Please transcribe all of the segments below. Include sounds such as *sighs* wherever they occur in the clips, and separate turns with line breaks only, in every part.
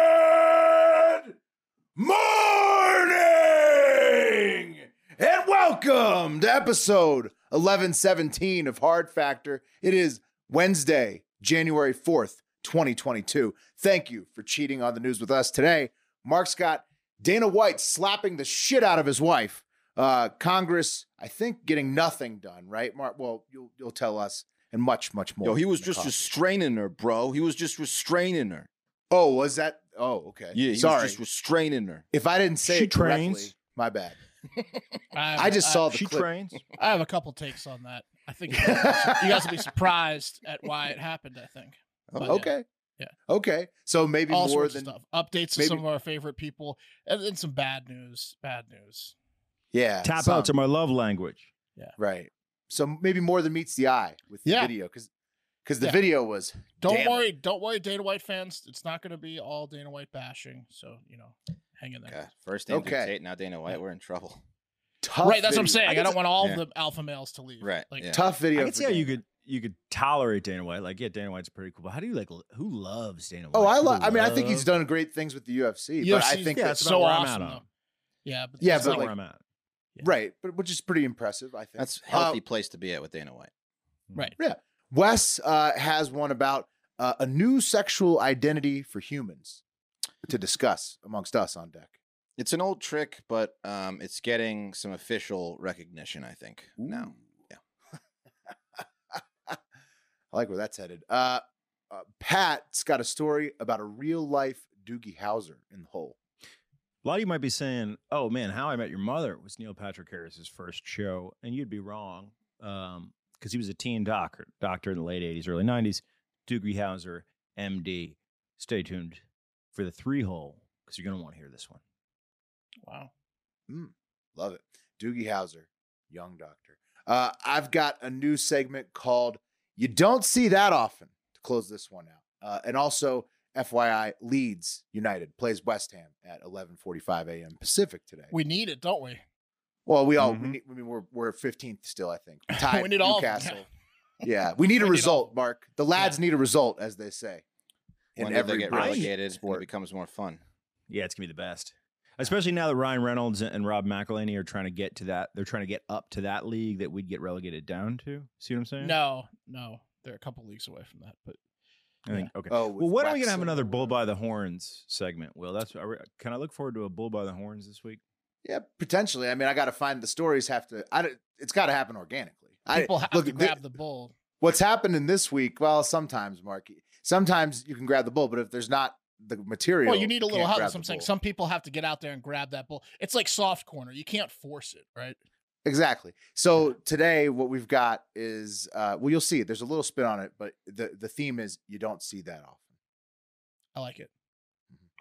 Good morning and welcome to episode 1117 of Hard Factor. It is Wednesday, January 4th, 2022. Thank you for cheating on the news with us today. Mark's got Dana White slapping the shit out of his wife. Uh, Congress, I think, getting nothing done, right, Mark? Well, you'll you'll tell us, and much, much more.
Yo, he was
in the
just
coffee.
restraining her, bro. He was just restraining her.
Oh, was that? Oh, okay.
Yeah, he
sorry.
was just restraining her.
If I didn't say
She
it correctly,
trains.
my bad.
I, *laughs* have-
I just saw the
Uh, she
clip. *laughs*
trains. I have a couple takes on that. I think you guys will be surprised at why it happened. I
*laughs*
think But yeah,
okay.
yeah.
Okay. So maybe
all
more
sorts
than
of stuff, updates to
maybe-
some of our favorite people, and then some bad news. Bad news.
yeah.
Tap
Tap
some,
outs are my love language.
right. So maybe more than meets the eye with the
Yeah.
video because the
Yeah.
video was
Don't
Damn it.
worry, don't worry, Dana White fans. It's not going to be all Dana White bashing. So you know, hang in there.
God, first name
Okay.
okay. Tate, now Dana White. We're in trouble. *laughs*
tough.
right, that's what I'm
video.
saying. I,
guess
don't want all
yeah.
the alpha males to leave.
Right,
Like,
yeah.
tough video.
I can see
for
how you
Dana.
could you could tolerate Dana White. Like, yeah, Dana White's pretty cool. But how do you like l- who loves Dana White?
Oh, I
Who
love. I mean, I think he's
loves-
done great things with the UFC, but I
UFC 's
think
Uh, yeah,
that's
that's
so
so where
awesome,
I'm at on.
though. yeah, but
Yeah,
That's
but
it's
not
not
like-
where I'm at.
right, but which is pretty impressive. I think
That's a
Uh,
healthy place to be at with Dana White.
right.
Wes uh, has one about uh, a new sexual identity for humans to discuss amongst us on deck.
It's an old trick, but um, it's getting some official recognition, I think, now.
I like where that's headed. Uh, uh, Pat's got a story about a real life Doogie Howser in the hole.
A lot of you might be saying, "Oh man, How I Met Your Mother was Neil Patrick Harris's first show," and you'd be wrong because he was a teen doctor, doctor in the late '80s, early '90s. Doogie Howser, MD. Stay tuned for the three hole because you're gonna want to hear this one.
Wow.
Love it. Doogie Howser, young doctor. Uh, I've got a new segment called You Don't See That Often to close this one out. Uh, and also, FYI, Leeds United plays West Ham at 11.45 a.m. Pacific today.
We need it, don't we? *laughs*
well, we all, we
Mhm.
need, I mean, we're, we're 15th still, I think. We're Tied
*laughs* we need all. of them.
Newcastle. yeah, we need a
*laughs* We need all-
result, Mark. The lads need a result, as they say. In
When
every
they get
brand.
relegated, when
sport.
it becomes more fun.
Yeah, it's gonna be the best. Especially now that Ryan Reynolds and Rob McElhenney are trying to get to that, they're trying to get up to that league that we'd get relegated down to. See what I'm
*laughs*
saying?
No, no, they're a couple leagues away from that. But
I think okay.
Oh,
well,
with
when are we gonna have
Wexham
another
or
bull
whatever.
by the horns segment? Will that's are we, can I look forward to a bull by the horns this week?
Yeah, potentially. I mean, I got to find the stories have to. I don't- it's got to happen organically. I
people have
look,
to
thi-
grab the bull.
what's happening this week. Well, sometimes, Mark. Sometimes you can grab the bull, but if there's not the material,
Well, you need a little
can't
help.
grab
That's
the
what I'm saying.
bull.
Some people have to get out there and grab that bull. It's like soft corner. You can't force it, right?
Exactly. So today, what we've got is uh, well, you'll see. There's a little spin on it, but the the theme is you don't see that often.
I like it.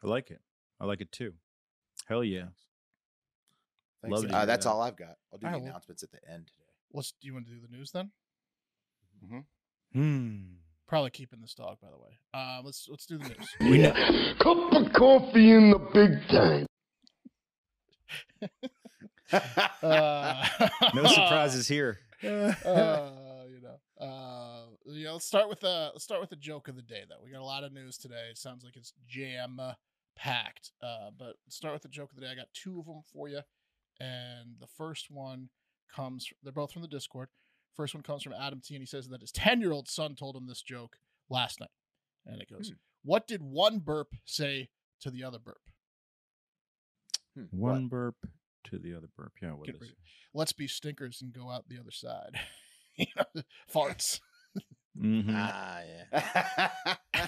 I like it. I like it too. Hell yeah!
Thanks.
Love to
uh,
hear
that's
that.
all I've got. I'll do
All
the
right, well-
announcements at the end today.
Let's. Do you want to do the news then? Mm-hmm.
Hmm.
Probably keeping this dog, by the way. Uh, let's let's do the
*laughs*
news.
Cup of coffee in the big time.
Uh,
No surprises here.
Hmm.
uh, you know. Uh, you know. Let's start with uh, let's start with the joke of the day, though. We got a lot of news today. It sounds like it's jam packed. Uh, but let's start with the joke of the day. I got two of them for you, and the first one comes. They're both from the Discord. First one comes from Adam T, and he says that his ten-year-old son told him this joke last night, and it goes, "What did one burp say to the other burp?"
Hmm, what?
One burp to the other burp. Yeah, what
Get
is
rid
it?
Let's be stinkers and go out the other side. *laughs* you know, *laughs* farts.
Mhm.
Ah, yeah.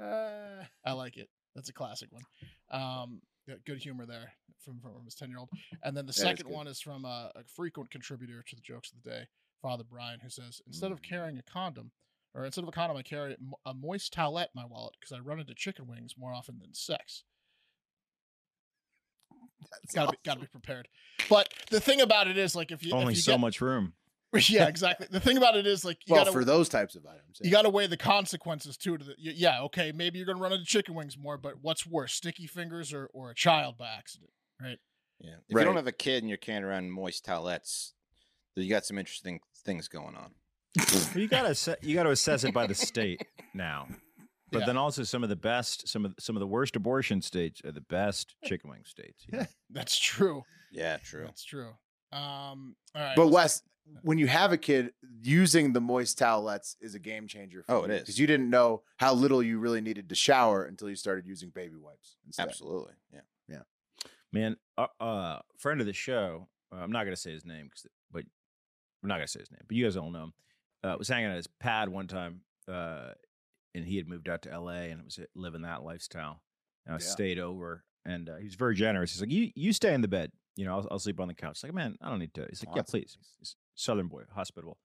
Uh,
I like it. That's a classic one. Um, the good, good humor there from from his ten year old. And then the
That is
second
good.
one is from a, a frequent contributor to the jokes of the day, Father Brian, who says instead of
Mm.
carrying a condom, or instead of a condom, I carry a mo- a moist towelette in my wallet because I run into chicken wings more often than sex. gotta be gotta be prepared. But the thing about it is, like, if you
Only
if you
so
*laughs*
much room.
much. yeah, exactly. The thing about it is, like, you
well,
gotta
for those types of items.
you
yeah.
got to weigh the consequences too. To the y- yeah, okay, maybe you're gonna run into chicken wings more, but what's worse, sticky fingers or or a child by accident?
Yeah. If you
Right.
don't have a kid and you're carrying around moist towelettes, then you got some interesting things going on.
Well, you gotta asse- you gotta assess it by the state now, but
Yeah.
then also some of the best, some of some of the worst abortion states are the best chicken wing states. you know?
That's true.
Yeah, true.
That's true. Um, all right,
But Wes, when you have a kid, using the moist towelettes is a game changer. For
Oh, it is.
because you didn't know how little you really needed to shower until you started using baby wipes. Instead.
Absolutely. Yeah.
Man, a uh, friend of the show, uh, I'm not gonna say his name, 'cause- but I'm not gonna say his name, but you guys all know him. Uh, was hanging at his pad one time, uh, and he had moved out to L.A. and was uh, living that lifestyle. And I
Yeah.
stayed over, and uh, he was very generous. He's like, "You you stay in the bed, you know, I'll, I'll sleep on the couch." Like, man, I don't need to. He's like,
Oh,
"Yeah,
that's
please." He's Southern boy, hospitable.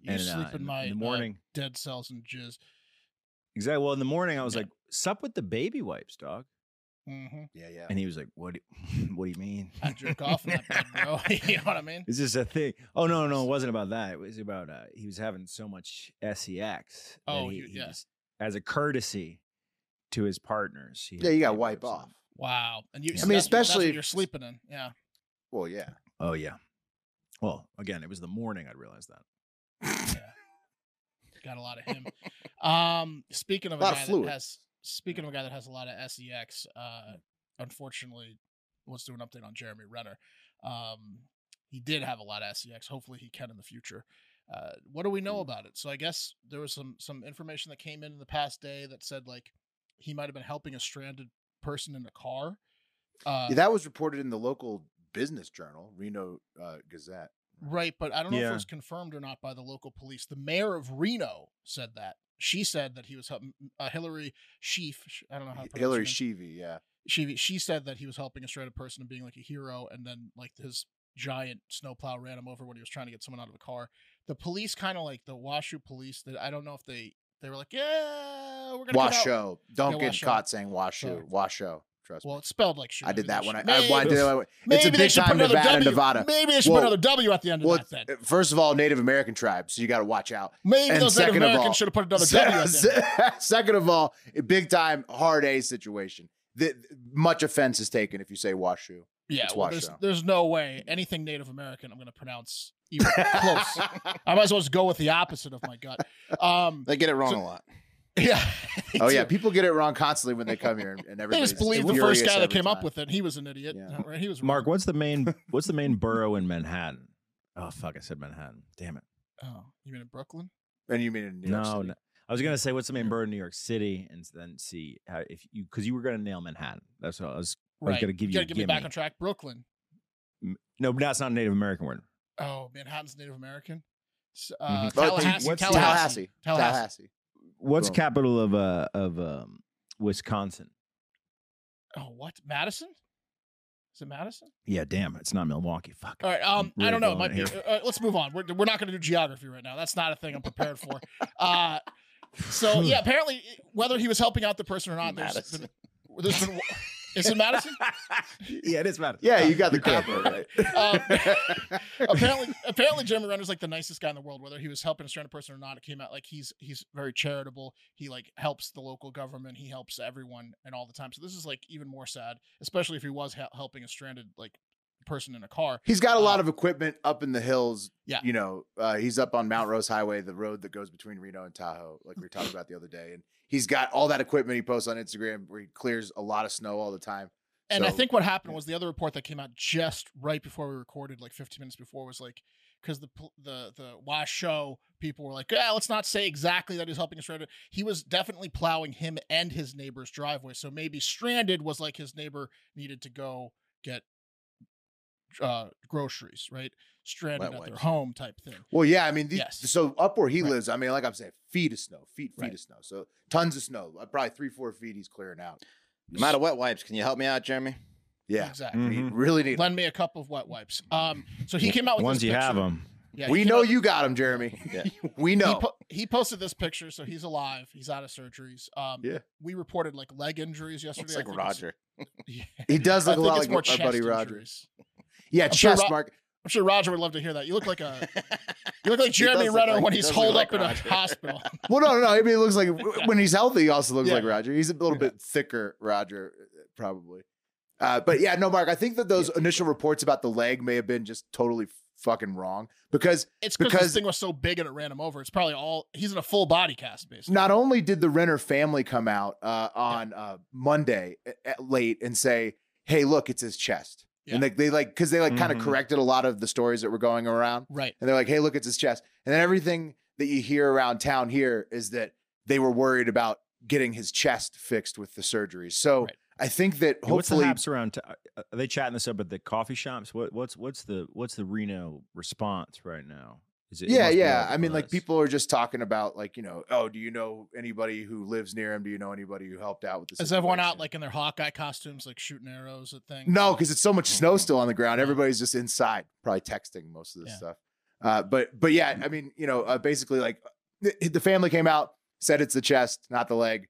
you sleep in my
the
uh,
morning.
dead cells and jizz.
Exactly. Well, in the morning, I was
Yeah.
like, "Sup with the baby wipes, dog,"
hmm
Yeah, yeah.
and he was like, "What? Do, what do you *laughs* mean?"
I jerk off in that bed, bro. *laughs* you know what I mean?
Is this a thing? Oh no, no, it wasn't about that. It was about uh, he was having so much sex. that
Oh,
he,
you-
he
yeah.
just- as a courtesy to his partners. he
yeah,
had
you got to
baby
wipe
wipes on.
off.
Wow. And you,
Yeah.
so
I mean,
that's what- that's
especially
what
if-
you're sleeping in. Yeah.
Well, yeah.
Oh yeah. Well, again, it was the morning. I realized that.
Got a lot of him. um, speaking of a,
Lot of
guy that
fluid.
has speaking of a guy that has a lot of sex, uh, unfortunately, let's do an update on Jeremy Renner. Um, he did have a lot of sex. Hopefully, he can in the future. Uh, what do we know about it? So I guess there was some some information that came in in the past day that said like he might have been helping a stranded person in a car. Uh,
Yeah, that was reported in the local business journal, Reno uh, Gazette.
Right, but I don't know if
Yeah.
it was confirmed or not by the local police. The mayor of Reno said that. She said that he was helping uh, Hillary Sheaf. sh- I don't know how to pronounce her
Hillary
name.
Sheevy, yeah.
She she said that he was helping a stranded person and being like a hero, and then like his giant snowplow ran him over when he was trying to get someone out of a car. The police kind of like the Washoe police. That I don't know if they they were like, yeah, we're gonna come out."
Washoe. Don't
Yeah,
get
Washoe.
caught saying Washoe.
Sorry.
Washoe. Trust
Well,
me.
it's spelled like shoe.
I
Maybe
did
they
that when I,
should-
I, I did that. when- It's a
maybe they
big
should put
time
another
Nevada,
W.
Nevada.
Maybe they should
Well-
put another W at the end of
Well,
that thing.
first of all, Native American tribes, so you got to watch out.
Maybe
and
those Native
second of all-
Americans should have put another W at the end.
*laughs* Second of all, a big time hard A situation. The, much offense is taken if you say Washoe.
Yeah,
It's
well, there's,
Washoe.
there's no way anything Native American I'm going to pronounce even
*laughs*
close. I might as well just go with the opposite of my gut.
*laughs*
Um, *laughs*
They get it wrong a lot.
yeah. they
oh yeah,
do.
people get it wrong constantly when they come here, and, and
*laughs* They
everybody's
just believe the first
furious
guy that
every
came up
time.
with it. He was an idiot.
Yeah.
Right? He was
Mark,
wrong.
what's the main what's
*laughs*
the main borough in Manhattan? Oh fuck, I said Manhattan. Damn it.
Oh, you mean in Brooklyn?
And you mean in New York
no,
City?
no. I was gonna say what's the main
Yeah.
borough in New York City, and s- then see how if you because you were gonna nail Manhattan. That's what I was. I was
Right.
gonna give Oh, you
gotta
a
get me back
gimme.
on track. Brooklyn.
No, but that's not a Native American word.
Oh, Manhattan's Native American. S-
Mhm.
Uh,
But the-
Tallahassee, Tallahassee.
what's
Tallahassee.
Tallahassee.
Tallahassee.
What's
Boom.
capital of uh of um Wisconsin?
Oh, what? Madison? Is it Madison?
Yeah, damn, it's not Milwaukee. Fuck.
All right. Um,
really
I don't know. It
going
might be.
here.
Uh, let's move on. We're, we're not going to do geography right now. That's not a thing I'm prepared for. Uh, so yeah, apparently, whether he was helping out the person or not, there's
Madison.
been, there's been. Is it Madison?
*laughs* yeah, it is Madison.
Yeah, you
*laughs*
got the capital right.
Um, *laughs* apparently, apparently, Jeremy Renner's like the nicest guy in the world. Whether he was helping a stranded person or not, it came out like he's he's very charitable. He like helps the local government. He helps everyone and all the time. So this is like even more sad, especially if he was hel- helping a stranded like person in a car.
He's got a lot of equipment up in the hills.
Um, Yeah.
You know, uh, he's up on Mount Rose Highway, the road that goes between Reno and Tahoe, like we were talking about the other day. And he's got all that equipment he posts on Instagram where he clears a lot of snow all the time.
And I
So-
think what happened
yeah.
was the other report that came out just right before we recorded, like 15 minutes before, was like because the pl- the the Washoe people were like, yeah, let's not say exactly that he's helping a stranded. He was definitely plowing him and his neighbor's driveway, so maybe stranded was like his neighbor needed to go get uh groceries, right? Stranded
Wet
at their
wipes.
home type thing.
Well, yeah, I mean, the,
Yes.
so up where he
Right.
lives, I mean, like I'm saying, feet of snow, feet, feet
Right.
of snow. So tons of snow, uh, probably three, four feet he's clearing out.
I'm out of wet wipes. Can you help me out, Jeremy?
Yeah. Mm.
Exactly. Mm-hmm.
Mhm.
Really neat.
Lend me a cup of wet wipes. Um, so he came out with
Once
this
you have
picture.
them,
Yeah, he
we
came
know
out-
you got him, Jeremy.
Yeah.
*laughs* we know.
He, po- he posted this picture, so he's alive. He's out of surgeries. Um,
Yeah.
We reported like leg injuries yesterday.
Looks
I
like
think it's-
Roger.
Yeah.
He does
I
look a
think
lot
it's
like
more
our
chest
buddy Roger.
injuries.
Yeah,
sure
chest
Ro-
mark.
I'm sure Roger would love to hear that. You look like a
*laughs*
you look like
He
Jeremy
does look
Renner
like-
when
he
he's
does look
holed
like
up in a
Roger. *laughs*
hospital.
Well, no, no, no. I mean, it looks like when he's healthy, he also looks
Yeah.
like Roger. He's a little bit thicker, Roger, probably. Uh, but yeah, no, Mark. I think that those initial reports about the leg may have been just totally fucking wrong because
It's because
Because-
this thing was so big and it ran him over. It's probably all he's in a full body cast basically.
not only did the Renner family come out uh, on uh, Monday at, at late and say, "Hey, look, it's his chest,"
Yeah.
and
Mm-hmm.
like they like because they like kind of
Mhm.
corrected a lot of the stories that were going around.
Right.
and they're like, "Hey, look, it's his chest." And then everything that you hear around town here is that they were worried about getting his chest fixed with the surgery. So
Right.
I think that
what's the
hopefully,
haps around? T- uh, are they chatting this up at the coffee shops? What, what's what's the what's the Reno response right now? Is it? it
yeah,
must be
yeah.
all
I mean, like
buzz.
people are just talking about like you know, oh, do you know anybody who lives near him? Do you know anybody who helped out with this?
Is everyone out
situation?"
like in their Hawkeye costumes, like shooting arrows at things?
No, because it's so
*laughs*
much snow still on the ground. Everybody's just inside, probably texting most of this
Yeah.
stuff. Uh, but but yeah, I mean, you know, uh, basically like the, the family came out, said it's the chest, not the leg.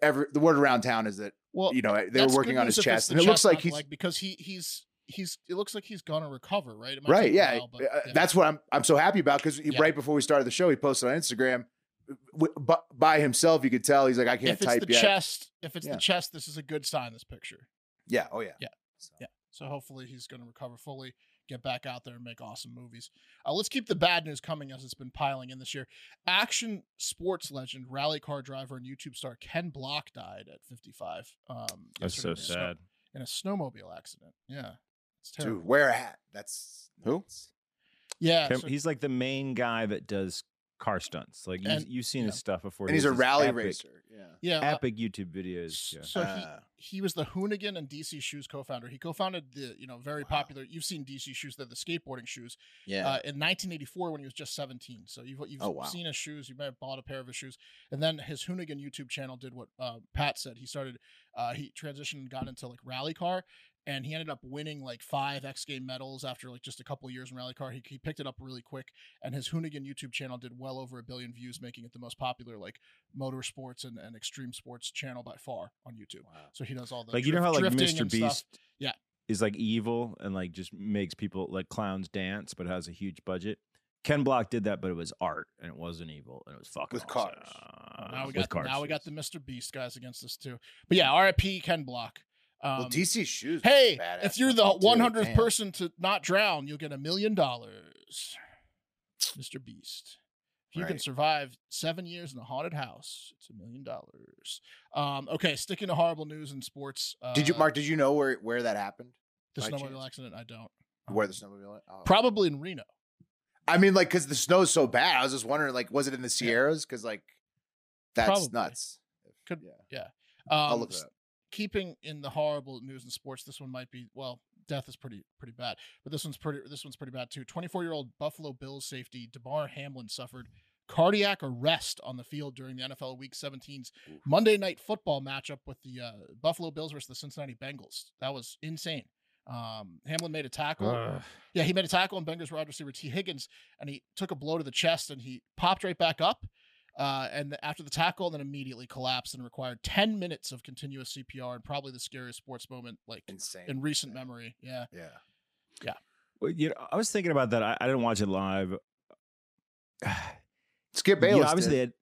Every the word around town is that
well,
you know they were
that's good
working on his
news if it's
chest,
the
and it looks
chest,
like
not the
he's
leg, because he he's he's it looks like he's gonna recover, right? It might
right.
take a
Yeah,
while, but-
Uh,
yeah.
that's what I'm. I'm so happy about because
Yeah.
right before we started the show, he posted on Instagram. w- bu- by himself, you could tell he's like, I can't
if it's
type
the
yet.
chest, if it's
Yeah.
the chest, this is a good sign. This picture.
Yeah. Oh yeah.
Yeah.
So-
Yeah. So hopefully he's going to recover fully, get back out there and make awesome movies. Uh, let's keep the bad news coming as it's been piling in this year. Action sports legend, rally car driver, and YouTube star Ken Block died at 55. Um,
That's
yesterday
so
in a snow-
sad.
In a snowmobile accident. Yeah. It's terrible.
Dude, wear a hat. That's
Who?
Yeah.
Tim-
so-
he's like the main guy that does car stunts. Like you,
And-
you've seen his
yeah.
stuff before,
And
He
he's a
has this
rally
epic-
racer. Yeah.
yeah. uh,
Epic YouTube videos.
s-
Yeah.
So
Ah.
he, he was the Hoonigan and DC Shoes co-founder. He co-founded the, you know, very popular, you've seen DC Shoes, they're the skateboarding shoes.
Yeah.
uh, in 1984 when he was just 17. So you've, you've
Oh, wow.
seen his shoes. You may have bought a pair of his shoes. And then his Hoonigan YouTube channel did what uh, Pat said. He started, uh, he transitioned and got into like rally car. And he ended up winning like five X Game medals after like just a couple of years in rally car. He, he picked it up really quick, and his Hoonigan YouTube channel did well over a billion views, making it the most popular like motorsports and, and extreme sports channel by far on YouTube. So he does all the
like you know
drift-
how like
drifting
Mr.
and stuff.
Beast
Yeah.
is like evil and like just makes people like clowns dance but has a huge budget. Ken Block did that, but it was art and it wasn't evil and it was fucking
With
awesome.
cars.
Now we
Uh, With
got
cars,
now we got
yes.
the Mr. Beast guys against us too. But yeah, RIP Ken Block. Um,
well, DC shoes. was
hey,
badass
if you're the
looking, too.
100th
Damn.
person to not drown, you'll get a million dollars, Mr. Beast. If you can
Right.
survive seven years in a haunted house, it's a million dollars. Um, okay, sticking to horrible news in sports. Uh,
did you, Mark? Did you know where where that happened?
the
by
snowmobile
chance?
accident? I don't.
Where the snowmobile? Went? Oh.
Probably in Reno.
I mean, like, because the snow's so bad. I was just wondering, like, was it in the Sierras? Because like, that's
Probably.
nuts.
Could-
yeah.
Um,
I'll look it
s-
up.
keeping in the horrible news and sports, this one might be well, death is pretty pretty bad, but this one's pretty this one's pretty bad too. Twenty four year old Buffalo Bills safety Demar Hamlin suffered cardiac arrest on the field during the NFL Week 17's Monday Night Football matchup with the uh, Buffalo Bills versus the Cincinnati Bengals. That was insane. Um, Hamlin made a tackle. Yeah, he made a tackle on Bengals wide receiver T. Higgins, and he took a blow to the chest, and he popped right back up. Uh, and th- after the tackle, then immediately collapsed and required ten minutes of continuous CPR, and probably the scariest sports moment like
Insane.
in recent memory. Yeah,
yeah.
Well, you know, I was thinking about that. I, I didn't watch it live. *sighs*
Skip
Yeah,
Bayless.
obviously
did.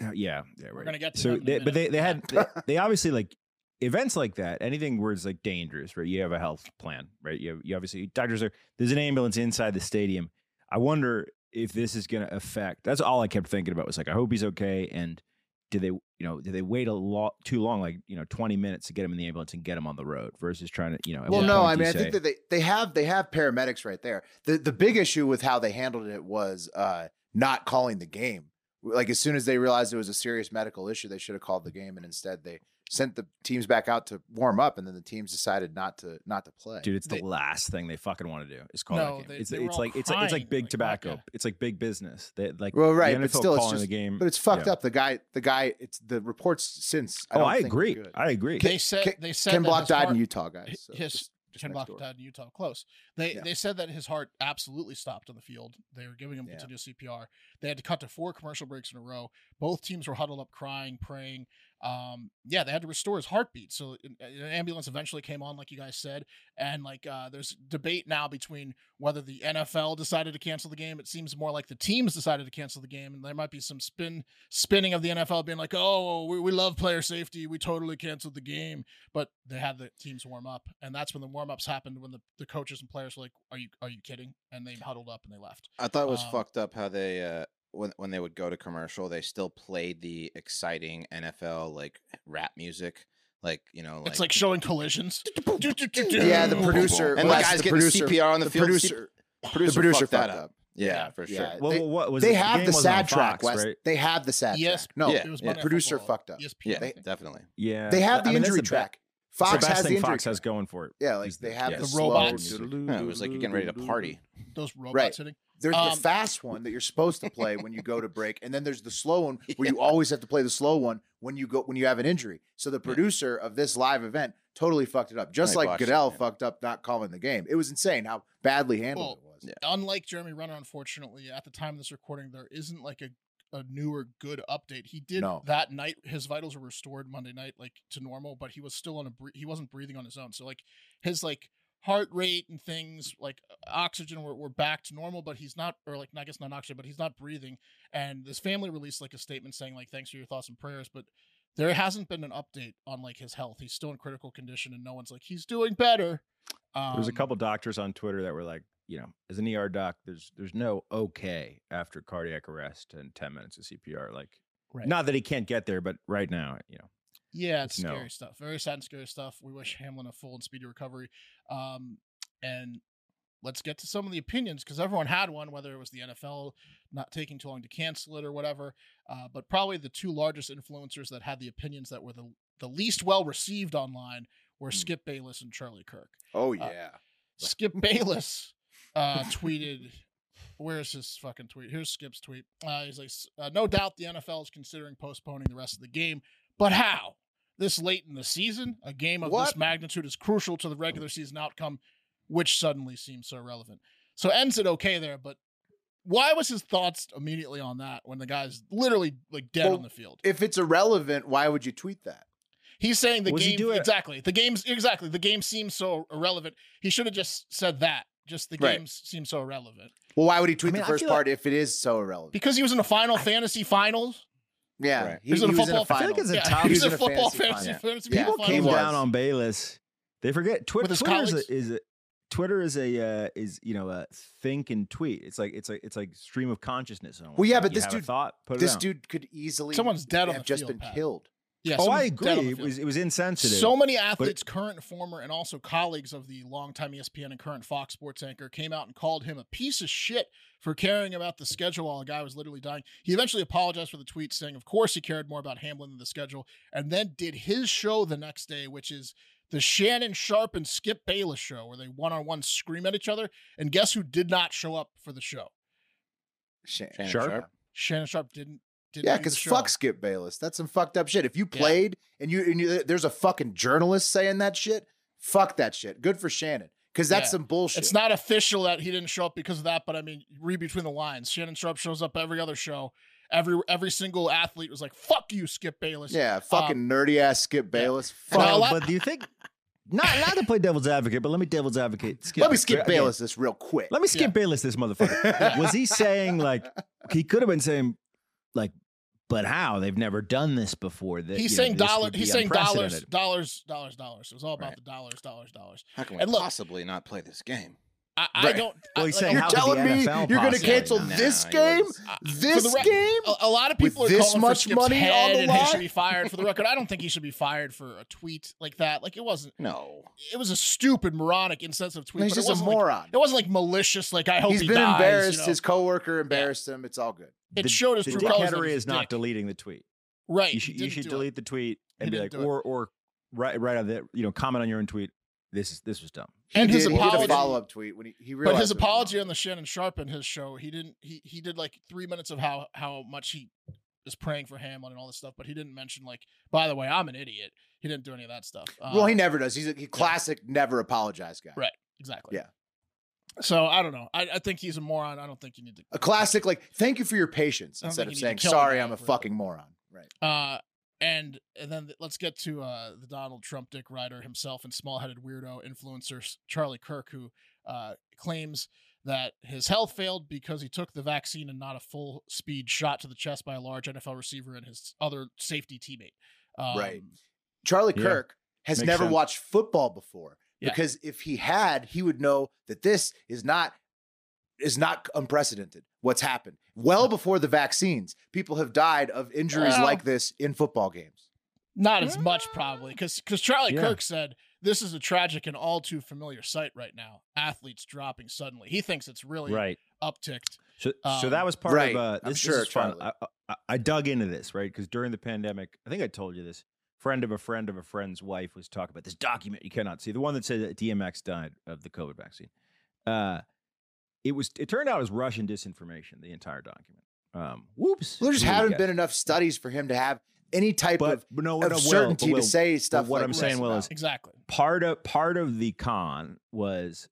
they had, uh, yeah, yeah, right.
gonna get to
so
that in a
they, but they
minute.
they had
*laughs*
they, they obviously like events like that. Anything where it's like dangerous, right? You have a health plan, right? You have, you obviously doctors are there's an ambulance inside the stadium. I wonder if this is going to affect. That's all I kept thinking about was like, I hope he's okay. And do they, you know, do they wait a lot too long, like you know, twenty minutes to get him in the ambulance and get him on the road versus trying to, you know. at
Well,
what
no,
point
I
do
mean,
you
I think
say-
that they, they have they have paramedics right there. The the big issue with how they handled it was uh, not calling the game. Like as soon as they realized it was a serious medical issue, they should have called the game, and instead they sent the teams back out to warm up, and then the teams decided not to not to play.
Dude, it's the
They-
last thing they fucking want to do is call
No,
that game.
they-
it's
they were
it's
all
like it's like it's
crying,
like big
like,
tobacco.
"Fuck yeah."
It's like big business. They like
Well, right,
the
but
NFL
still, it's
calling the
just-
game.
but it's fucked
yeah.
up. The guy, the guy, it's the reports since.
oh,
don't
I
think are
agree.
good.
I agree.
They said
Ken-
they said
Ken
that
Block
his
died
heart-
in Utah, guys. so
his-
just- just
Ken
next
Block
door.
died in Utah, close. They
Yeah.
they said that his heart absolutely stopped on the field. They were giving him
Yeah.
continuous CPR. They had to cut to four commercial breaks in a row. Both teams were huddled up, crying, praying. Um, yeah, they had to restore his heartbeat. So an an ambulance eventually came on, like you guys said. And like, uh, there's debate now between whether the NFL decided to cancel the game. It seems more like the teams decided to cancel the game, and there might be some spin spinning of the NFL being like, "Oh, we, we love player safety. We totally canceled the game." but they had the teams warm up, and that's when the warm ups happened. When the, the coaches and players were like, "Are you are you kidding?" and they huddled up and they left.
I thought it was
Um,
fucked up how they uh when when they would go to commercial, they still played the exciting NFL like rap music, like you know, like,
it's like showing collisions.
*laughs* Yeah,
*laughs*
yeah, *laughs*
the producer
and
well,
the
that's
guys getting
producer-
CPR on the,
the
field. C-
producer,
producer
the producer
fucked that
fucked
up.
up.
Yeah,
Yeah,
for sure.
yeah.
Well,
They-
well, what was
They
it?
have
game
the
was on
sad track,
Fox,
Wes.
right?
They have the sad
Yes,
track. No,
yeah.
the producer fucked up.
ESPN,
Yeah,
I
*laughs*
think.
definitely.
Yeah,
They have the
I mean, that's
injury
be-
track.
that's
Fox
the best
has the
thing
injury
Fox has
track.
going for it.
Yeah, like
is
they have
yeah,
the,
The
slow
robots.
music.
No, it was like you're getting ready to party.
those robots
Right.
hitting.
There's
Um,
the fast one that you're supposed to play when you go to break, and then there's the slow
*laughs*
one where you always have to play the slow one when you go when you have an injury. So the producer of this live event totally fucked it up, just
I
like
watched it,
Goodell
yeah.
fucked up not calling the game. It was insane how badly handled it was.
yeah.
Unlike Jeremy Renner, unfortunately, at the time of this recording, there isn't like a a newer good update. He did
No.
that night. His vitals were restored Monday night, like to normal, but he was still on a bre- he wasn't breathing on his own. So like his like heart rate and things like oxygen were, were back to normal, but he's not or like I guess not oxygen, but he's not breathing. And this family released like a statement saying like thanks for your thoughts and prayers, but there hasn't been an update on like his health. He's still in critical condition, and no one's like he's doing better. Um,
There was a couple doctors on Twitter that were like, you know, as an ER doc, there's there's no okay after cardiac arrest and 10 minutes of CPR. Like,
Right.
not that he can't get there, but right now, you know,
Yeah, it's
It's no.
scary stuff. Very sad and scary stuff. We wish Hamlin a full and speedy recovery. Um, and let's get to some of the opinions because everyone had one, whether it was the NFL not taking too long to cancel it or whatever. Uh, but probably the two largest influencers that had the opinions that were the, the least well received online were Skip Bayless and Charlie Kirk.
Oh
Uh, Skip Bayless
*laughs*
uh, tweeted. Where's his fucking tweet? Here's Skip's tweet. Uh, he's like, "S- uh, no doubt the NFL is considering postponing the rest of the game, but how? This late in the season, a game of this
What?
magnitude is crucial to the regular season outcome, which suddenly seems so relevant. So ends it okay there, but why was his thoughts immediately on that when the guy's literally like dead
Well,
on the field?
if it's irrelevant, why would you tweet that?
He's saying the
Was he
game
doing-
exactly. The game's exactly. The game seems so irrelevant. He should have just said that. Just the
Right.
game seems so irrelevant
Well, why would he tweet
mean, I
the first
feel like-
part if it is so irrelevant?
because he was in a Final Fantasy finals.
yeah,
Right.
he,
He was in a
he was in a
football-
I feel like
final.
it's a
yeah,
top-
he was
he's
in a football
fantasy
fantasy,
final.
fantasy
Yeah.
people finals.
people came
He
down
was.
on Bayless. They forget Twi-
With his
Twitter is
colleagues?
a, is a Twitter is a uh, is you know a think and tweet. It's like it's like it's like stream of consciousness. in a
Well,
way.
yeah,
Like,
but
you
this
have a
dude-
thought, put it
This
out.
dude could easily
Someone's dead on
have
the
just
field,
been
Pat.
killed.
Yeah,
Oh, I
someone's dead on the
agree. It
field.
was it was insensitive.
So many athletes, current and former, and also colleagues of the longtime E ESPN and current Fox Sports anchor came out and called him a piece of shit for caring about the schedule while a guy was literally dying. He eventually apologized for the tweet, saying, of course, he cared more about Hamlin than the schedule, and then did his show the next day, which is the Shannon Sharp and Skip Bayless show, where they one on one scream at each other. And guess who did not show up for the show?
Shame.
Shannon
Sharp?
Shannon Sharp didn't. didn't
Yeah,
do the
because
show.
fuck Skip Bayless. That's some fucked up shit. If you
Yeah.
played and you and you, there's a fucking journalist saying that shit, fuck that shit. Good for Shannon, because that's
Yeah.
some bullshit.
It's not official that he didn't show up because of that, but I mean, read between the lines. Shannon Sharp shows up every other show. Every every single athlete was like, "Fuck you, Skip Bayless."
Yeah, fucking nerdy ass Skip Bayless. Fuck.
Now, a
Well,
lot-
but do you think not not to play devil's advocate, but let me devil's advocate. Skip,
Let me skip
again,
Bayless this real quick.
Let me skip
Yeah.
Bayless this motherfucker. Was he saying like he could have been saying like, but how they've never done this before? That,
he's
you know,
saying
this
dollar.
would be
He's saying dollars,
unprecedented."
dollars, dollars, dollars. It was all about
Right.
the dollars, dollars, dollars.
How can we
And look-
possibly not play this game?
I, I
Right.
don't.
Well,
I, like,
he's saying
a-
You're
how could
telling
the
me
NFL
you're going to
possibly
cancel
not?
this
Nah, he
game,
was-
I- for the Oh,
this
rec-
game.
a, a lot of people
With
are
this
calling for
much
Skip's
money on
head
the
and he should
line?
be fired. For the record, I don't think he should be fired for a tweet like that. Like it wasn't.
No.
It was a stupid, moronic, insensitive tweet.
He's
but it
just a
wasn't like-
moron.
it wasn't like malicious. Like I hope
He's
he
been
dies, you
embarrassed.
know?
His coworker embarrassed him. It's all good.
It
The-
showed his
the
true colors. that
dickheadery
he's
is not
dick.
deleting the tweet.
Right.
you should you
didn't
should
do it.
delete the tweet
He
and be
didn't do
like
it.
or or right right on that you know comment on your own tweet. This is this was dumb.
He
And his
did, He did
apology-
a follow up tweet when he, he realized.
But his
it was wrong.
apology on the Shannon Sharp and his show, he didn't. He he did like three minutes of how how much he is praying for Hamlin and all this stuff, but he didn't mention like. By the way, I'm an idiot. He didn't do any of that stuff.
well, he
Um,
never does. He's a he classic never apologize guy.
Right. Exactly.
Yeah.
So I don't know. I, I think he's a moron. I don't think you need to.
A classic like thank you for your patience
I don't
instead
think
of
you need
saying
to kill
sorry
him,
I'm a
really.
fucking moron. Right.
Uh, and and then th- let's get to uh, the Donald Trump dick rider himself and small-headed weirdo influencer S- Charlie Kirk, who uh, claims that his health failed because he took the vaccine and not a full speed shot to the chest by a large NFL receiver and his other safety teammate. Um,
Right. Charlie
Yeah.
Kirk has
Makes
never
sense.
watched football before
Yeah.
because if he had, he would know that this is not is not unprecedented. What's happened well before the vaccines, people have died of injuries
Well-
like this in football games.
Not as much
Ah.
probably because Charlie
Yeah.
Kirk said this is a tragic and all too familiar sight right now. Athletes dropping suddenly. He thinks it's really
Right.
upticked.
So, so
Oh, Um,
that was part
right.
of uh,
I'm
this,
sure,
this is fun.
Charlie.
I, I, I dug into this right because during the pandemic, I think I told you this. Friend of a friend of a friend's wife was talking about this document you cannot see, the one that said that DMX died of the COVID vaccine. Uh, it was. It turned out it was Russian disinformation. The entire document. Um, whoops.
There just
Really
haven't
guessed.
been enough studies for him to have any type
But,
of,
but no, no,
of
Will,
certainty
but Will,
to say stuff.
what
like
I'm
this
saying, Will,
about.
is
Exactly.
part of part of the con was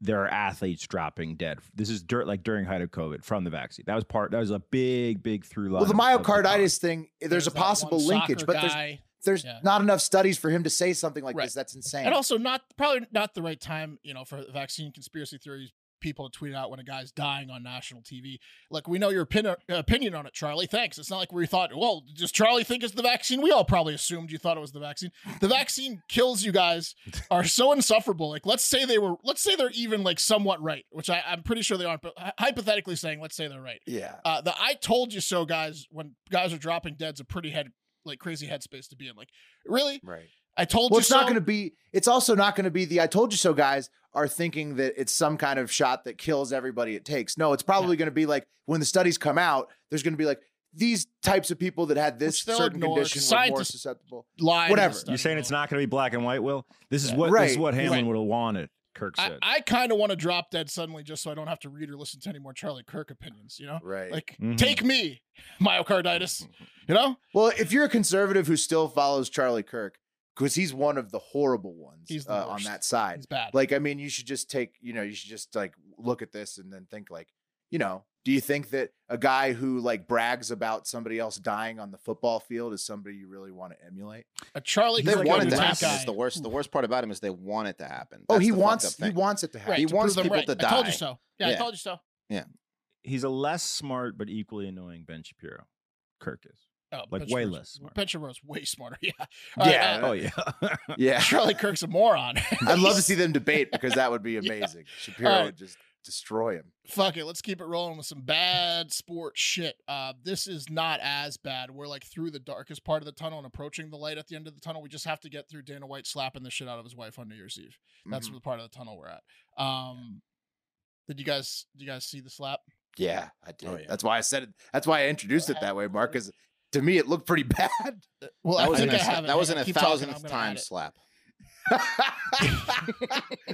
there are athletes dropping dead. This is dirt like during height of COVID from the vaccine. That was part. That was a big, big through line.
well, the
of- of con.
myocarditis thing. There's, a
that one
possible linkage,
soccer
but there's
guy.
there's
yeah.
not enough studies for him to say something like
Right.
this. That's insane.
and also not probably not the right time you know for vaccine conspiracy theories people to tweet out when a guy's dying on national tv like we know your opin- opinion on it charlie thanks it's not like we thought well does charlie think it's the vaccine we all probably assumed you thought it was the vaccine the vaccine kills
*laughs*
you guys are so insufferable like let's say they were let's say they're even like somewhat right which I, i'm pretty sure they aren't but hy- hypothetically saying let's say they're right
yeah.
uh, the I told you so guys when guys are dropping dead's a pretty head like crazy headspace to be in like really
Right.
i told
Well,
you
it's
so
not going to be. It's also not going to be the "I told you so" guys are thinking that it's some kind of shot that kills everybody it takes. No, it's probably going to be like when the studies come out. There's going to be like these types of people that had this
Which they'll
certain
ignore,
condition
'cause
were more
scientists-
susceptible.
lied in the
Whatever.
study,
You're saying
though.
it's not going to be black and white. Will this is
Yeah.
what this is
Right.
what Hamlin
Right.
would have wanted. Kirk said.
I, I kind of want to drop dead suddenly just so I don't have to read or listen to any more Charlie Kirk opinions, you know?
Right.
*laughs* Like,
Mhm.
take me, myocarditis, you know?
well, if you're a conservative who still follows Charlie Kirk, because he's one of the horrible ones
He's the
uh, on
worst.
that side.
It's bad.
Like, I mean, you should just take, you know, you should just like look at this and then think like, you know, do you think that a guy who like brags about somebody else dying on the football field is somebody you really want to emulate?
a Charlie
they
Kirk
like
wanted
a
to
black
rap
happen.
guy.
Is the worst. The worst part about him is they want it to happen.
oh,
That's
he
the fucked up
wants he
thing.
wants it to happen.
Right,
he
to
wants
prove them
people
right.
to
I told you
die.
so. Yeah, I
Yeah.
told you so.
He's a less smart but equally annoying Ben Shapiro. Kirk is.
Oh,
Like,
Ben
way
Shapiro's-
less smart.
Ben Shapiro's way smarter. *laughs* Yeah. All right,
Yeah.
uh,
Oh yeah. *laughs*
*laughs*
Yeah.
Charlie Kirk's a moron.
*laughs* I'd
*laughs*
love to see them debate because that
*laughs*
would be
Yeah.
amazing. Shapiro
Oh.
Alright.
would just destroy him.
fuck it let's keep it rolling with some bad sport shit uh this is not as bad we're like through the darkest part of the tunnel and approaching the light at the end of the tunnel we just have to get through dana white slapping the shit out of his wife on new year's eve that's
Mm-hmm.
Mhm.
the part of the tunnel we're at um did you guys did you guys see the slap
yeah, I did.
Oh, yeah.
That's why I said Mm-hmm. it. That's why I introduced it that way, Mark, because to me it looked pretty *laughs* bad.
well
That was
think
in
I
a,
have it.
that was
Hang
in
on,
a
keep talking, I'm
thousandth
gonna add
time
it.
slap.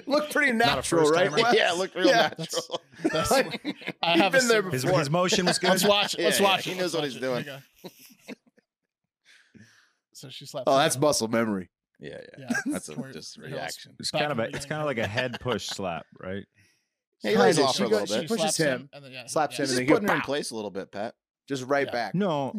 looked pretty natural,
first
right?
timer.
Wes?
yeah, it looked *laughs* real
Yeah.
natural.
*laughs*
*laughs*
That's- i
You've
have
been there
a,
his,
sip.
before.
his motion was good.
let's watch it let's
Yeah, yeah,
watch
he
it
knows
let's
what
watch
he's
it. Here we
doing.
go.
*laughs*
so she slapped
Oh,
the
that's
guy.
muscle memory.
yeah, yeah.
*laughs* yeah
That's a
We're-
just
we're all-
reaction.
It's
back
kind of
from
a.
the
It's
beginning.
kind of like a head push slap, right?
Yeah, he lays
Kinda,
off
she
for a
go-
little
she
bit.
pushes
slaps
him,
and then, yeah, he-
slaps
yeah,
him, and
He's just
they go,
putting her in
"Pow."
place a little bit, Pat.
Just right
Yeah.
back.
No,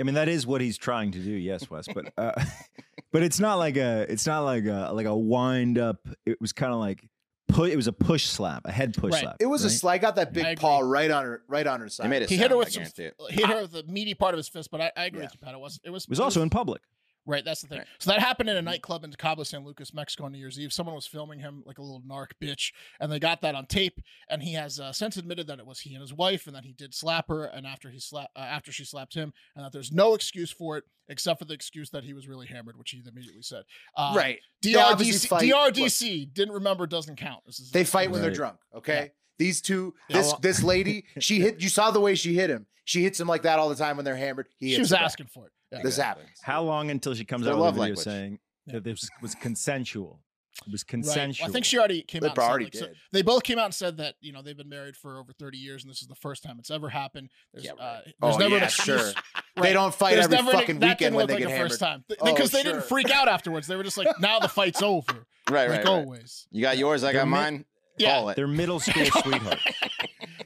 I mean that is what he's trying to do, yes, Wes. But uh, *laughs* but it's not like a it's not like a like a wind up. It was kind of like put. It was a push slap, a head push
Right.
slap.
It was a
right?
slight got that
I
big
agree.
paw right on her right on her side.
I made it.
*laughs* he hit
sound,
her
I
with some
guarantee it.
hit her with the meaty part of his fist, but I, I agree
Yeah.
with you, Pat. It was it was
It was also in public.
right. That's the thing.
Right.
So that happened in a nightclub in Cabo San Lucas, Mexico, on New Year's Eve. Someone was filming him like a little narc bitch, and they got that on tape. And he has uh, since admitted that it was he and his wife, and that he did slap her, and after he slap uh, after she slapped him, and that there's no excuse for it except for the excuse that he was really hammered, which he immediately said. Uh,
Right. They obviously
DRDC,
fight-
DRDC didn't remember doesn't count. This is
They fight when they're
Right.
drunk. Okay. These two,
Yeah,
this
well-
this
*laughs*
lady, she hit. You saw the way she hit him. She hits him like that all the time when they're hammered. He
She
hits
was
her back.
asking for it. Yeah.
This
Exactly.
happens.
How long until she comes
Their
out with a
love
video
language.
saying
Yeah.
that this was consensual? It was
Right. Well,
consensual.
I
*laughs*
think she already came
They
out. and said,
already
like, so-
did.
they both came out and said that you know they've been married for over 30 years and this is the first time it's ever happened. There's,
Yeah,
uh,
right.
there's
Oh,
never an
yeah,
*laughs* excuse.
sure. *laughs* They
Right.
don't fight
There's
every
never an-
fucking
that
weekend
didn't
when
look
they
like
get
the
hammered.
first time because
Oh,
they didn't
sure.
freak out afterwards. They
*laughs*
were just like, now the fight's over,
Right,
like
right, right.
always.
You got yours. I
They're
got
mi-
mine.
Yeah.
Call it.
They're
*laughs*
middle school sweethearts.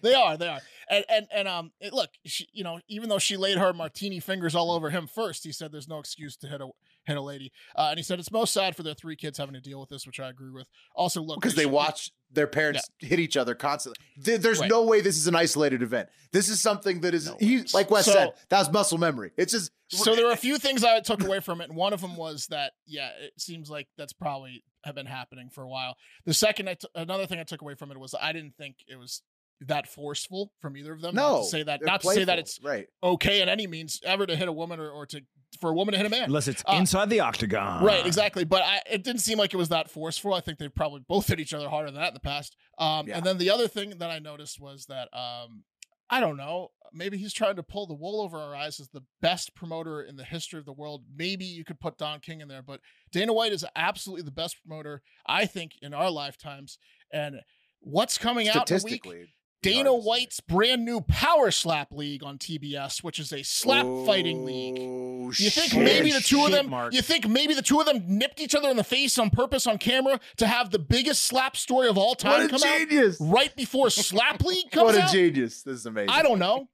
They are, they are, and and and um, it, look, she, you know, even though she laid her martini fingers all over him first, he said there's no excuse to hit a hit a lady, uh, and he said it's most sad for their three kids having to deal with this, which I agree with. Also, look,
because they
should-
watch their
*laughs*
parents hit each other constantly. There- there's
Right.
no way this is an isolated event. This is something that is
No
he,
way.
like Wes
So-
said. That was muscle memory. It's just
So there were a few things I took away from it, and one of them was that yeah, it seems like that's probably have been happening for a while. The second, I t- another thing I took away from it was I didn't think it was that forceful from either of them. not
no
to say that,
they're
not to say that
playful.
it's
right.
okay in any means ever to hit a woman or, or to for a woman to hit a man.
Unless it's
Uh,
inside the octagon.
Right, exactly. But I, it didn't seem like it was that forceful. I think they probably both hit each other harder than that in the past. Um,
Yeah.
And then the other thing that I noticed was that um, I don't know. Maybe he's trying to pull the wool over our eyes as the best promoter in the history of the world. Maybe you could put Don King in there, but Dana White is absolutely the best promoter I think in our lifetimes. And what's coming out in a week?
Statistically,
Dana
hard to say.
White's brand new Power Slap League on TBS, which is a slap fighting league.
Oh,
You think
shit.
maybe the two of
Shit,
them?
Mark.
You think maybe the two of them nipped each other in the face on purpose on camera to have the biggest slap story of all
What
time
a
come
genius!
out right before Slap
*laughs*
League comes
What a
out?
genius! This is amazing.
I don't know.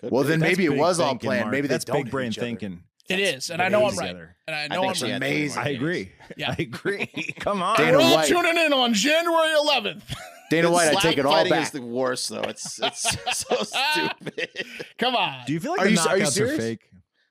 Could
Well,
be.
then
That's
maybe it
big
was all
thinking,
planned.
Mark.
Maybe they
That's
don't
big
hit
brain
each other.
thinking.
It
That's
is, and I know I'm right,
together.
and I
I
know
think
I'm
she
right.
had three
Amazing.
I
martinis.
agree.
Yeah.
*laughs* I
*laughs*
agree. Come on.
Dana
We're all
White.
tuning in on January 11th.
Dana
The
White, I
slap
take it all
fighting
back.
Is the worst though. It's it's so stupid.
Come on.
Do you feel like
Are
the
you- are you
knockouts are
serious?
fake?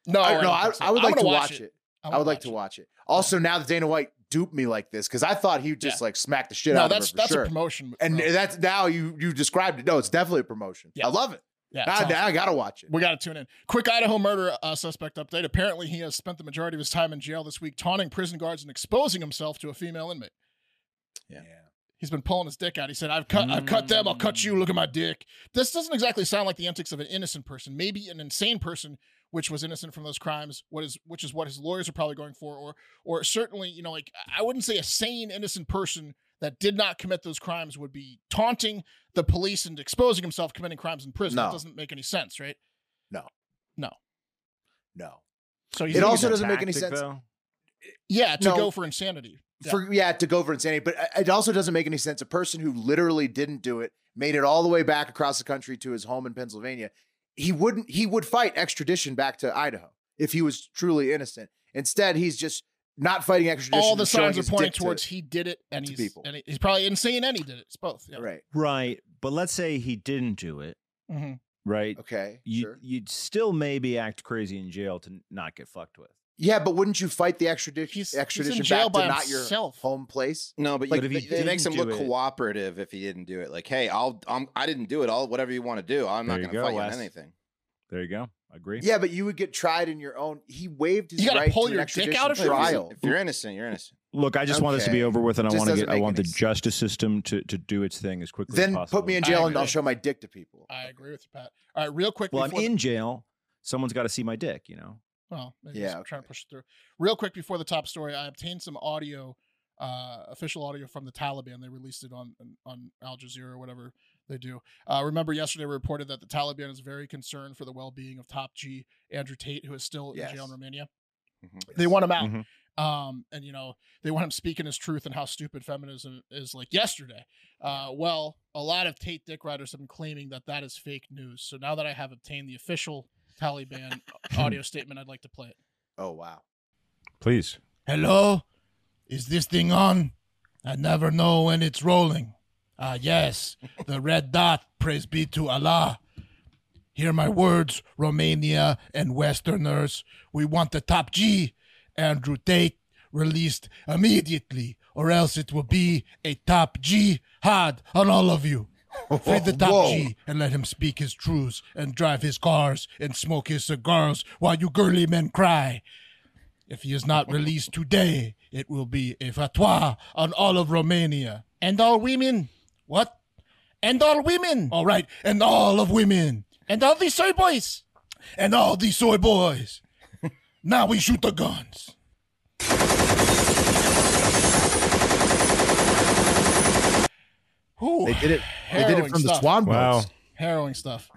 no,
I,
don't
Oh, no, I,
think so.
I would
I'm
like to
gonna
watch it. I
wanna
would like to watch it. Also, now that Dana White duped me like this, because I thought he would just like smack the shit
No,
out of her
that's
for
that's
sure.
a promotion.
and
bro.
that's now you you described it. No, it's definitely a promotion.
Yeah.
I love it.
yeah,
Now,
it's awesome.
now I gotta watch it.
We got to tune in. Quick Idaho murder uh, suspect update. Apparently, he has spent the majority of his time in jail this week taunting prison guards and exposing himself to a female inmate.
Yeah.
He's been pulling his dick out. He said, "I've cut, I've cut them. I'll cut you. Look at my dick." This doesn't exactly sound like the antics of an innocent person. Maybe an insane person, which was innocent from those crimes. What is, which is what his lawyers are probably going for, or, or certainly, you know, like I wouldn't say a sane, innocent person that did not commit those crimes would be taunting the police and exposing himself committing crimes in prison.
No.
It doesn't make any sense, right?
No,
So he's
It
gonna
also
get-
doesn't make any sense.
Yeah, to
No.
go for insanity. Yeah.
for yeah to go for insanity, but uh, it also doesn't make any sense. A person who literally didn't do it made it all the way back across the country to his home in Pennsylvania. He wouldn't. He would fight extradition back to Idaho if he was truly innocent. Instead, he's just not fighting extradition.
All the
and showing
signs are
his
pointing
dick to-
towards he did it, and
to
he's
people.
and he- he's probably insane, and he did it. It's both. Yeah.
right.
Right. But let's say he didn't do it,
hmm
right?
Okay.
You,
sure.
You'd still maybe act crazy in jail to n- not get fucked with.
Yeah, but wouldn't you fight the extradition
He's,
extradition
he's in jail
back
by
to not
himself.
your home place?
No, but,
Like,
you,
if he
it makes him
didn't
look
do it-
cooperative if he didn't do it. Like, hey, I'll I'm, I didn't do it. I'll whatever you want to do. I'm
There
not
you
going to
go,
fight you on
Wes.
anything.
There you go. Agree.
Yeah, but you would get tried in your own. He waived his
You gotta
right
pull
to
your
an
dick
extradition
out if you're
trial.
If you're innocent, you're innocent.
Look, I just want this to be
Okay.
over with, and I
Just
want to get.
doesn't
I
make
want the
any sense.
justice system to to do its thing as quickly.
Then
as possible.
put me in
I
jail and I'll
agree.
show my dick to people.
I agree with you, Pat. All right, real quick.
Well, I'm
before the-
in jail. Someone's got to see my dick. You know.
Well, maybe
Yeah,
yeah, trying to push it through. Real quick before the top story, I obtained some audio, uh, official audio from the Taliban. They released it on on Al Jazeera or whatever they do. Uh, remember yesterday we reported that the Taliban is very concerned for the well being of top G Andrew Tate, who is still in jail
Yes.
in Romania.
Mhm.
Mm-hmm. They want him out.
Mhm.
Um, and you know they want him speaking his truth and how stupid feminism is. Like yesterday, uh, well, a lot of Tate Dick writers have been claiming that that is fake news. So now that I have obtained the official Taliban audio statement, I'd like to play it.
Oh wow.
Please.
Hello? Is this thing on? I never know when it's rolling. Ah, yes, the red dot, praise be to Allah. Hear my words, Romania and Westerners. We want the top G, Andrew Tate, released immediately, or else it will be a top G had on all of you. Free the top
Whoa.
G and let him speak his truths and drive his cars and smoke his cigars while you girly men cry. If he is not released today, it will be a fatwa on all of Romania and all women. What?
and all women,
All right, and all of women,
and all the soy boys.
and all the soy *laughs* boys. now we shoot the guns. Ooh,
They did it. They did it
Harrowing
from the
stuff.
Swan Boats.
Wow.
harrowing stuff.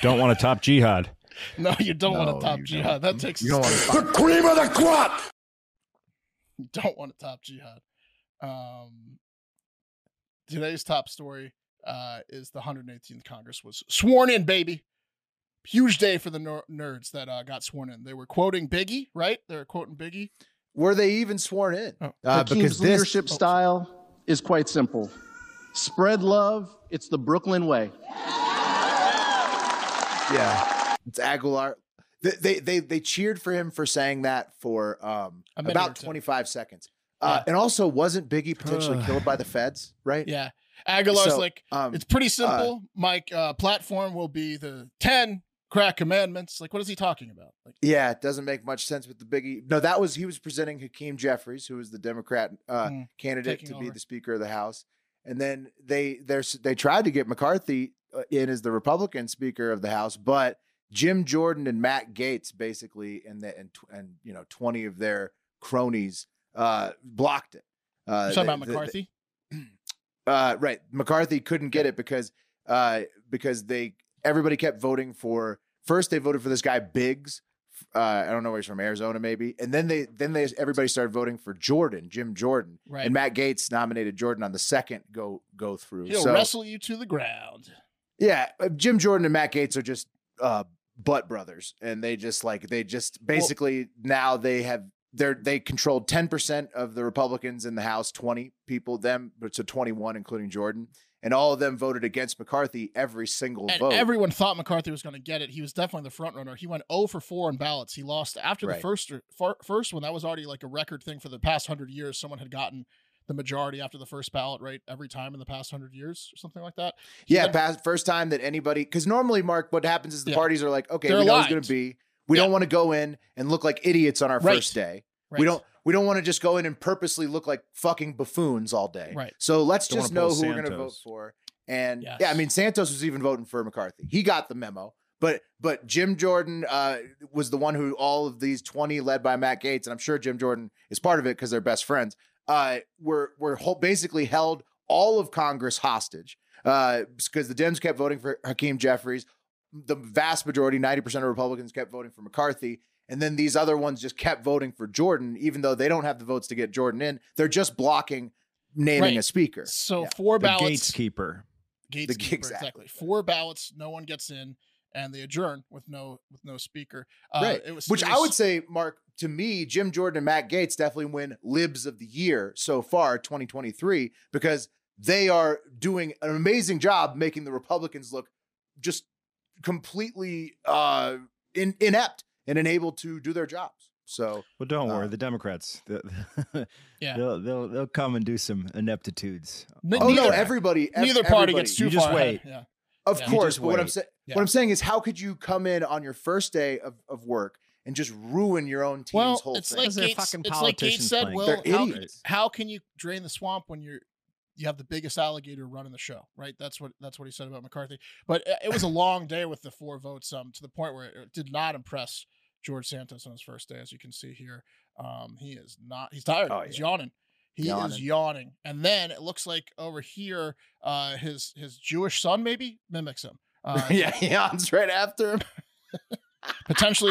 Don't want to
*laughs*
top jihad.
No, you don't
No,
want to top
you
jihad. That takes
You don't want to.
The cream of the crop!
you *laughs* don't want to top jihad. Um, today's top story uh, is the 118th Congress was sworn in, baby. Huge day for the ner- nerds that uh, got sworn in. They were quoting Biggie, right? They were quoting Biggie.
Were they even sworn in?
Oh.
Uh,
Hakeem's
because this
leadership style is quite simple. Spread love, it's the Brooklyn way.
Yeah, it's Aguilar. They, they they they cheered for him for saying that for um
A minute or
about
two.
25 seconds. Uh,
Yeah.
And also, wasn't Biggie potentially killed
*sighs*
by the feds? Right.
Yeah. Aguilar's
So,
like,
Um,
it's pretty simple. My uh, platform will be the 10 crack commandments. Like, what is he talking about? Like,
yeah, it doesn't make much sense with the Biggie. No, that was he was presenting Hakeem Jeffries, who was the Democrat uh,
Mm,
candidate to
taking
be
over.
the Speaker of the House, and then they there's they tried to get McCarthy uh, in as the Republican Speaker of the House, but Jim Jordan and Matt Gates basically and the, and tw- and you know twenty of their cronies uh, blocked it. Uh,
you talking
they-
about
they- they-
McCarthy?
*clears throat* uh, right. McCarthy couldn't get it because uh, because they everybody kept voting for first they voted for this guy Biggs. Uh, I don't know where he's from, Arizona maybe, and then they then they everybody started voting for Jordan, Jim Jordan,
right.
and Matt Gates nominated Jordan on the second go go through.
He'll
so
wrestle you to the ground.
yeah, uh, Jim Jordan and Matt Gates are just uh, butt brothers, and they just like they just basically now they have they're they controlled ten percent of the Republicans in the House, twenty people them, but so twenty one including Jordan, and all of them voted against McCarthy every single
and
vote.
everyone thought McCarthy was going to get it. He was definitely the front runner. He went 0 for 4 in ballots. He lost after the
Right.
first or- fir- first one. That was already like a record thing for the past 100 years. Someone had gotten the majority after the first ballot right every time in the past 100 years or something like that. He
yeah,
went-
past, first time that anybody because normally Mark, what happens is the
Yeah.
parties are like, okay,
They're
we know who's going
aligned.
to be. We
Yeah.
don't want to go in and look like idiots on our
Right.
first day.
right.
We don't we don't want to just go in and purposely look like fucking buffoons all day.
Right.
So let's
Don't
just know
wanna pull
who we're going to vote
Santos.
for. And
Yes.
yeah, I mean Santos was even voting for McCarthy. He got the memo. But but Jim Jordan uh, was the one who all of these 20 led by Matt Gates and I'm sure Jim Jordan is part of it cuz they're best friends. Uh were were hol- basically held all of Congress hostage. Uh because the Dems kept voting for Hakeem Jeffries. The vast majority, 90% of Republicans kept voting for McCarthy. And then these other ones just kept voting for Jordan, even though they don't have the votes to get Jordan in. They're just blocking naming
Right.
a speaker.
So
Yeah.
four
The
ballots
gatekeeper.
gates
The-
keeper,
exactly.
exactly. four ballots no one gets in and they adjourn with no with no speaker uh,
right.
it was
Which
it
I
was-
would say, Mark, to me, Jim Jordan and Matt Gates definitely win libs of the year so far, 2023, because they are doing an amazing job making the Republicans look just completely uh, in, inept and unable to do their jobs. So
Well, don't
Uh,
worry. The Democrats, the- *laughs*
Yeah.
they'll, they'll they'll come and do some ineptitudes.
Ne-
oh no,
neither-
everybody, ev-
neither party
everybody.
gets too
You just
far ahead.
wait.
Yeah.
Of
Yeah. You
course,
just
but what I'm
wait.
saying,
Yeah.
what I'm saying is, how could you come in on your first day of, of work and just ruin your own team's
well
whole
it's
thing?
like,
Those are
gates,
fucking
it's like gates
politicians
said
playing.
well
They're
how,
idiots.
how can you drain the swamp when you're you have the biggest alligator running the show, right? That's what that's what he said about McCarthy. But uh, it was a long day with the four votes, um, to the point where it did not impress George Santos on his first day, as you can see here. Um, he is not. He's tired.
Oh,
he's
yeah.
yawning. He is
Yawning.
yawning. And then it looks like over here, uh, his his Jewish son maybe mimics him. Uh,
*laughs* yeah, he yawns right after him.
potentially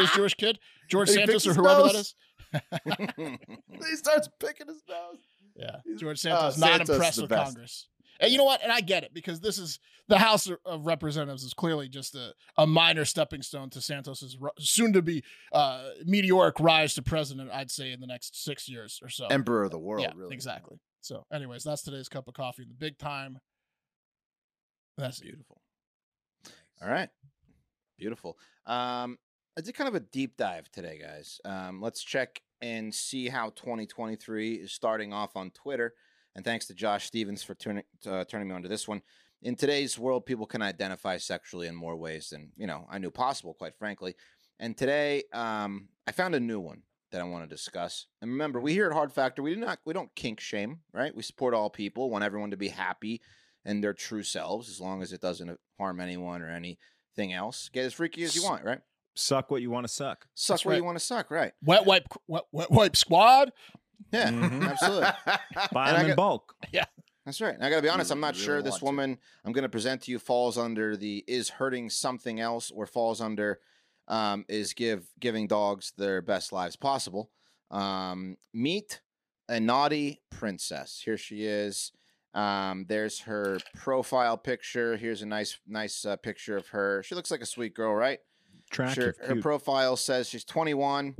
*laughs*
his Jewish kid, George
And he
Santos
picks
or
his
whoever that
nose.
is.
he starts picking his nose.
Yeah,
He's-
George Santos
uh,
not
Santos is
impressed
the
with
best.
Congress. And you know what? And I get it because this is the House of- of Representatives is clearly just a, a minor stepping stone to Santos's ru- soon to be uh, meteoric rise to president. I'd say in the next six years or so.
Emperor of the world,
yeah,
really.
exactly. So, anyways, that's today's cup of coffee in the big time. That's it.
Beautiful. All right. Beautiful. Um, I did kind of a deep dive today, guys. Um, let's check and see how 2023 is starting off on Twitter. And thanks to Josh Stevens for turning uh, turning me onto this one. In today's world, people can identify sexually in more ways than you know I knew possible, quite frankly. And today, um, I found a new one that I want to discuss. And remember, we here at Hard Factor, we do not we don't kink shame, right? We support all people, want everyone to be happy and their true selves as long as it doesn't harm anyone or anything else. Get as freaky as you want, right?
Suck what you want to suck.
Suck
That's
where you
right.
want to suck, right?
Wet wipe, wet, wet
*laughs*
wipe squad.
Yeah,
Mhm.
absolutely.
*laughs* Buy
And I
them in
got-
bulk.
That's right. And I got to be honest, I'm not
really
sure this
want to.
woman I'm going to present to you falls under the is hurting something else or falls under um, is give giving dogs their best lives possible. Um, meet a naughty princess. Here she is. Um, there's her profile picture. Here's a nice nice uh, picture of her. She looks like a sweet girl, right? Sure.
Attractive.
Her
cute.
profile says she's 21,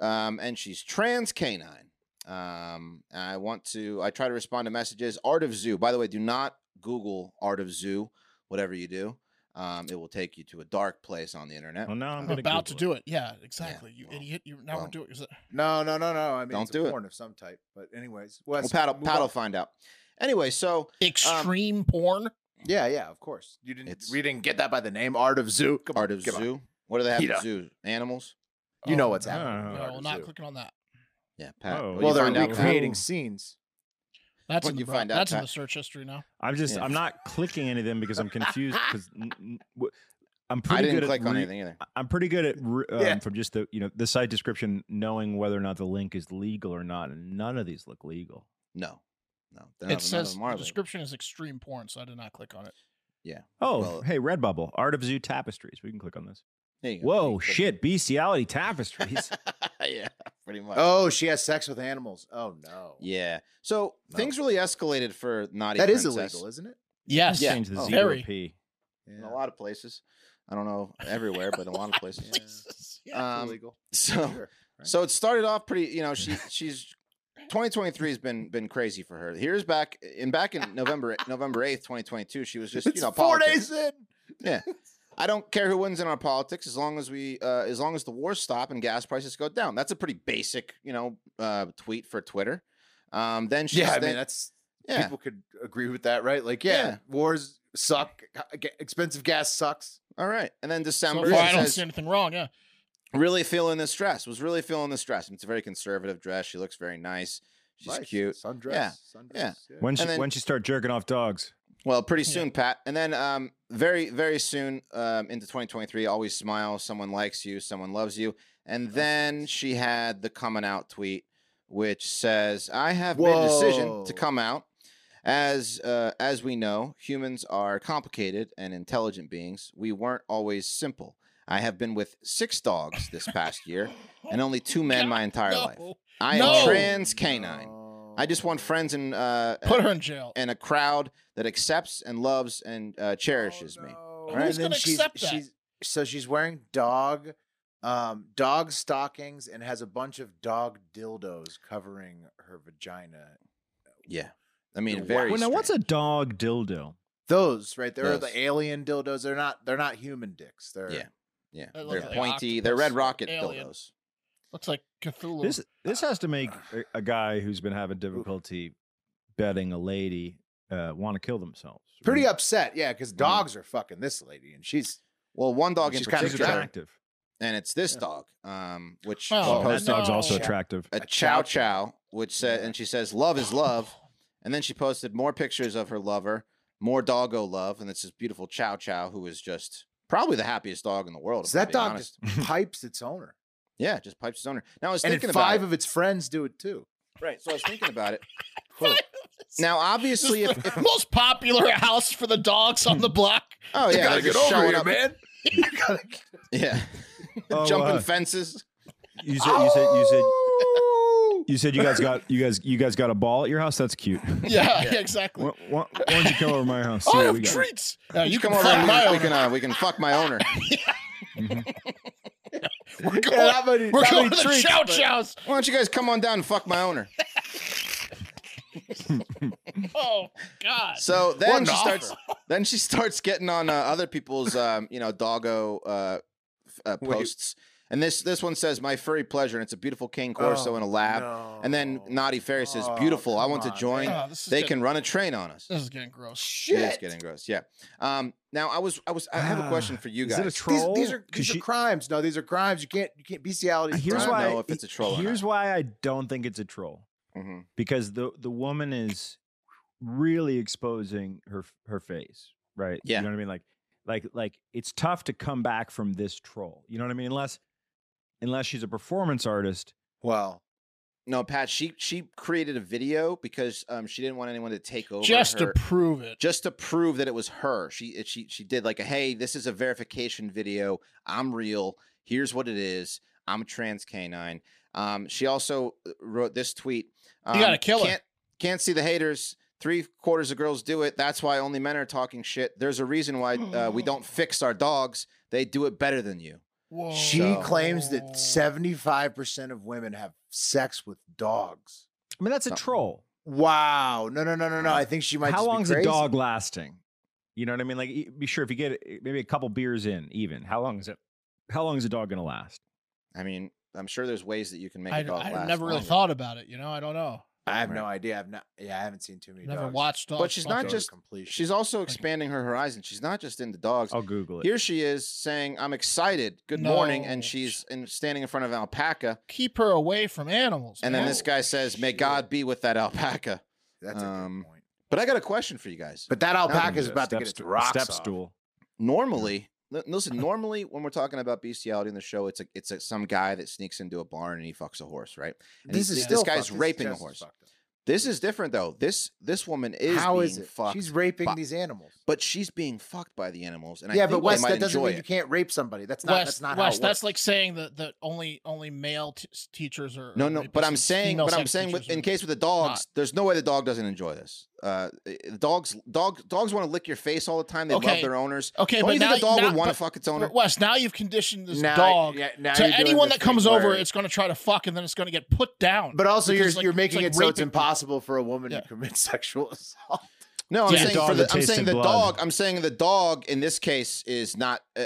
um, and she's trans canine. Um, and I want to. I try to respond to messages. Art of Zoo. By the way, do not Google Art of Zoo. Whatever you do, um, it will take you to a dark place on the internet.
*laughs* well, now I'm,
I'm
gonna
about to
Google
do it. Yeah, exactly. you
well,
idiot. You now
well.
we're doing it.
No, no, no, no. I mean,
Don't
it's
do
a
it.
porn of some type. But anyways, well,
Well,
that's-
Pat'll
move
Pat'll
on.
find out. Anyway, so
um,
Extreme porn.
Yeah, yeah, of course. You didn't.
It's-
we didn't get that by the name Art of Zoo. Come on,
Art of
come on.
Zoo. What do they have
Heat
at
up.
zoo? Animals.
You know
Oh,
what's
no.
happening.
Uh,
with
No,
Art of
we're not
Zoo.
clicking on that.
Yeah, Pat.
Oh.
what do
Well,
you
they're
find out, Pat?
recreating scenes.
That's
What'd
in
you
the,
find out,
that's in
Pat?
the search history now.
I'm just
Yeah.
I'm not clicking any of them because I'm confused
*laughs*
because n- n- w- I'm pretty
I didn't
good
click
at
on
re-
anything either.
I'm pretty good at re- um,
Yeah.
from just the you know the site description knowing whether or not the link is legal or not, and none of these look legal.
No, no. they're not- none
It
of
says
them are
the
legal.
description is extreme porn, so I did not click on it.
Oh,
Well-
hey, Redbubble, Art of Zoo Tapestries. We can click on this.
There you go. You
Whoa,
click-
shit, bestiality tapestries.
*laughs* yeah, pretty much.
Oh, she has sex with animals. Oh no.
Yeah. So
No.
things really escalated for Naughty
That is
Princess
illegal, isn't it?
Yes. *laughs*
Yeah.
Change the
Oh.
zero
Very.
P.
in a lot of places. I don't know everywhere, but in a lot of places.
*laughs*
Yeah.
Um,
illegal.
So
Sure. right?
so it started off pretty. You know, she she's 2023 has been been crazy for her. Here's back in back in November November 8th, 2022. She was just you
It's
know
four
politics.
days in.
I don't care who wins in our politics as long as we uh, as long as the wars stop and gas prices go down. That's a pretty basic you know uh, tweet for Twitter. Um, then she's
Yeah, I mean
then-
that's
yeah.
people could agree with that, right? Like, yeah,
Yeah.
wars suck. g- Expensive gas sucks.
All right, and then
So
December
far,
she
I don't
says-
see anything wrong.
*laughs*
Yeah.
really feeling the stress. Was really feeling the stress. It's a very conservative dress. She looks very nice. She's
Nice.
cute.
Sundress.
Yeah.
Sundress.
Yeah.
When
And
she
then-
when she start jerking off dogs.
Well, pretty
Yeah.
soon, Pat. And then um, very, very soon um, into 2023, always smile. Someone likes you. Someone loves you. And then she had the coming out tweet, which says, "I have made a decision
Whoa.
to come out." As uh, as we know, humans are complicated and intelligent beings. We weren't always simple. I have been with six dogs this past year, and
*laughs*
only two men my entire life.
No.
I
No.
am trans canine. I just want friends and uh,
Put her in jail.
and a crowd that accepts and loves and uh, cherishes me.
Who's right? gonna accept that?
so she's wearing dog, um, dog stockings and has a bunch of dog dildos covering her vagina.
Yeah, I mean,
Wow.
very.
Well, now what's a
strange.
dog dildo?
Those right there are
Those.
the alien dildos. They're not. They're not human dicks. They're
Yeah. yeah?
That
They're
looks like
pointy. They're red
octopus,
rocket
alien.
dildos.
Looks like Cthulhu.
This this has to make
uh,
a, a guy who's been having difficulty betting a lady uh, want to kill themselves.
pretty
right?
upset. Yeah,
Mm.
because dogs are fucking this lady, and she's
*laughs* Well, one dog in
She's kinda
particular,
attractive.
attractive.
and it's this
Yeah.
dog, um, which
Oh,
Oh, that
supposed
no.
dog's also
Yeah. *laughs*
attractive.
a
a
chow
chow
chow, which said,
Yeah.
and she says, "Love is love," and then she posted more pictures of her lover, more doggo love, and it's this beautiful chow chow who is just probably the happiest dog in the world.
so
if I'm
that
being
dog
honest.
just pipes its owner,
yeah, just pipes his owner. Now I was
and
thinking
if
about
five
it.
of its friends do it too.
right. So I was thinking about it.
Whoa.
Now,
*laughs* This
obviously,
is
if,
the
if
most popular house for the
*laughs*
dogs on the block.
oh yeah,
you gotta
they're
get
just
over
showing
here,
up-
man.
Yeah.
Oh,
Jumping
uh,
fences.
You said you said you said
Oh!
you said you guys got you guys you guys got a ball at your house.
*laughs*
That's cute.
Yeah, exactly.
Why, why, why don't you come over to my house?
I
what
have
we
*laughs*
got.
treats. Yeah, you
You
can
come over and we
fuck my
can, we
owner.
can, uh, we can fuck my owner.
We're
*laughs*
Yeah,
going,
how many-
we're
how
going
many
to the
treats,
chow
but-
chows.
Why don't you guys come on down and fuck my owner?
Oh God.
So then
an
she
offer.
starts. Then she starts getting on uh, other people's, um, you know, doggo uh, f- uh,
Wait.
posts. And this this one says, "My furry pleasure," and it's a beautiful cane corso
Oh,
in a lab. And then
no.
Naughty Fairy says,
Oh,
"Beautiful, I
come
want to
on,
join.
man.
Oh, this is
They
getting-
can run a train on us."
This is getting
It
gross.
is
Shit.
getting gross. Yeah. Um. Now I was I was I have a
Ah,
question for you
Is it
guys.
a
These,
troll?
these are
'Cause
these are
she-
crimes. No, these are crimes. You can't you can't bestiality. is a
here's
don't
crime.
why
know if it's a troll or
Here's
not.
why I don't think it's a troll
Mhm.
because the the woman is really exposing her her face, right?
Yeah.
You know what I mean? Like like like it's tough to come back from this troll. You know what I mean? Unless unless she's a performance artist.
Well,
No, Pat, she she created a video because um she didn't want anyone to take over
just
her,
to prove it.
just to prove that it was her. She it- she she did like a hey, this is a verification video. I'm real. Here's what it is. I'm a trans canine. Um, she also wrote this tweet. Um,
gotta kill her.
can't, Can't see the haters. Three quarters of girls do it. That's why only men are talking shit. There's a reason why uh, we
*gasps*
don't fix our dogs. They do it better than you.
Whoa.
she
So-
claims that 75% of women have sex with dogs.
I mean, that's a
Something.
troll.
Wow. No, no, no, no, no. I think she might
How
just be
long's a
crazy.
dog lasting? You know what I mean? Like, e- be sure if you get it, maybe a couple beers in, even how long is it? How long is a dog gonna last?
I mean, I'm sure there's ways that you can make
I,
a dog
I
last.
never really
longer.
thought about it. You know, I don't know.
I have no idea. I've not yeah, I haven't seen too many
Never
dogs.
watched.
But
dogs
she's
fuck
not
Dog
dogs.
just-
completion.
She's also expanding her horizon. She's not just into dogs.
Oh,
I'll Google it.
Here she is saying, "I'm excited. Good morning,"
No.
and she's in, standing in front of an alpaca.
keep her away from animals.
And then
man.
this guy says, "May God be with that alpaca."
That's a
um,
good point.
But I got a question for you guys.
But that alpaca is
Yeah,
about to
step
get its
stu-
rocks
step
off.
stool.
Normally, li-
*laughs*
listen. Normally, when we're talking about bestiality in the show, it's a, it's a, some guy that sneaks into a barn and he fucks a horse, right? And
This
he-
is
this
still fucked.
guy's
This
raping
just
a
is
horse.
fucked up.
This is different though. This this woman is
How
being
is it?
fucked,
She's raping
by-
these animals.
but she's being fucked by the animals. And I
yeah,
think
but
they
Wes,
might
that doesn't
enjoy
mean
it.
you can't rape somebody. That's not.
Wes,
that's not
Wes,
how. It
that's
works.
like saying that that only only male t- teachers are.
No,
are
no,
rapists
but I'm
and
saying,
female
but I'm
sex
saying, with,
teachers
in
are-
case with the dogs, there's no way the dog doesn't enjoy this. Uh, i- dogs, dog, dogs want to lick your face all the time. They love
Okay.
their owners.
Okay,
Don't
but
you
now
think a dog
now,
would want to
but-
fuck its owner?
but Wes, now you've conditioned this
Now-
dog
yeah, now
to
you're doing
anyone
the
that comes
thing
over.
where-
It's going to try to fuck, and then it's going to get put down.
But also, you're
because, like,
you're
it's
making
like
it so it's
raping people.
impossible for a woman
Yeah.
to commit *laughs* sexual assault.
No, I'm
Yeah.
saying
Dog
for the,
that
I'm
tasted
saying the
blood.
dog. I'm saying the dog in this case is not. Uh,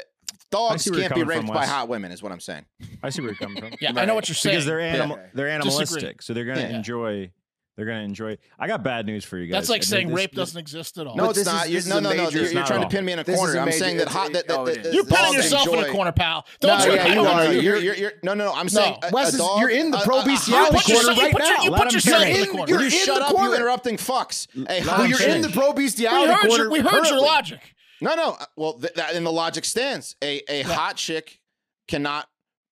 dogs
see where you're
can't be
coming
raped
from,
by
Wes.
hot women, is what I'm saying.
I see where you're coming from.
yeah, I know what you're saying.
because they're animal,
Yeah.
they're
Disagree.
animalistic, so they're gonna
Yeah.
enjoy. They're gonna enjoy. I got bad news for you guys.
That's like
This-
saying
this-
rape
this-
doesn't exist at all.
No,
But
it's
this is-
not. You're,
this is
no,
a
no, no.
major-
You're,
it's
you're
not
trying
at
to pin me in a
This is
corner.
a
I'm
major-
saying that
it's-
hot.
it-
That, that,
oh, it
that,
is.
You're
that
pinning
dogs
yourself in
enjoy-
a corner, pal.
No,
Don't try
yeah,
to
you
pin
are.
me.
You're, you're, you're, no, no, no. I'm saying a,
Wes
a
is-
dog,
you're in the
a-
pro
a- a hot
bestiality
You put
corner
yourself- you
right
put your-
now.
you
Let
put
him
yourself
finish.
in the corner.
You're
you
in
shut
the
up.
corner.
You interrupting fucks. Hey,
Let
hot
Well,
him
you're in the
finish.
pro
We
bestiality
heard,
corner.
your, we heard your
currently.
logic.
No, no. uh, Well, th- that, and the logic stands. A a hot chick cannot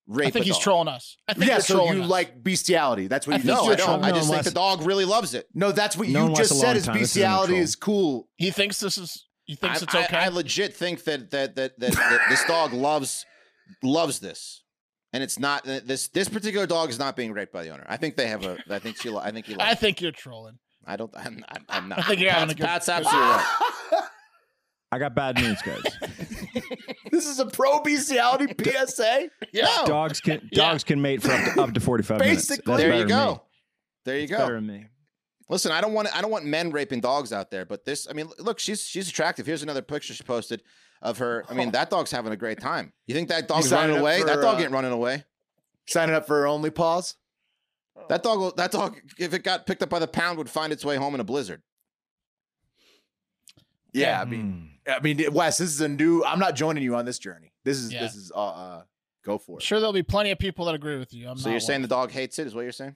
rape.
I think
a
he's
dog.
trolling us. I think
Yeah,
you're
so
trolling
you
us.
like bestiality. That's what
I
you
No,
think
just
I
you're
said.
don't.
trolling
I just think
unless-
the dog really loves it.
No, that's what
No one
you
lasts
just
a long
said is
time. This isn't a
bestiality
troll.
is cool. *laughs*
he thinks this is. He
I,
thinks it's
I-
okay.
I legit think that that that, that, that this dog loves loves this, and it's not uh, this this particular dog is not being raped by the owner. I think they have a. I think she. lo- I think he. Loves
I
I,
think you're trolling.
I don't. I'm, I'm, I'm not.
I think you're
Pat's,
having a good-
Pat's
good-
absolutely
*laughs*
right.
I got bad news, guys.
This is a pro
*laughs*
bestiality PSA.
Yeah.
dogs can
Oh. Yeah.
dogs can mate for up to, up to forty five minutes. That's
Basically.
better
there you
than
go.
me.
There you
That's better
go.
than me.
Listen, I don't want I don't want men raping dogs out there, but this. I mean, look, she's she's attractive. Here's another picture she posted of her.
*laughs*
I mean, that dog's having a great time. You think that dog's
signed
running
up
away?
for,
that dog
uh,
ain't running away.
Signing up for her only paws. oh.
That dog. will- That dog, if it got picked up by the pound, would find its way home in a blizzard.
Yeah, I
Mm.
mean,
Hmm.
I mean, Wes, this is a new. I'm not joining you on this journey. This is
Yeah.
this is uh, uh go for
I'm
it.
sure there'll be plenty of people that agree with you. I'm
so
not
you're
one.
saying the dog hates it, is what you're saying?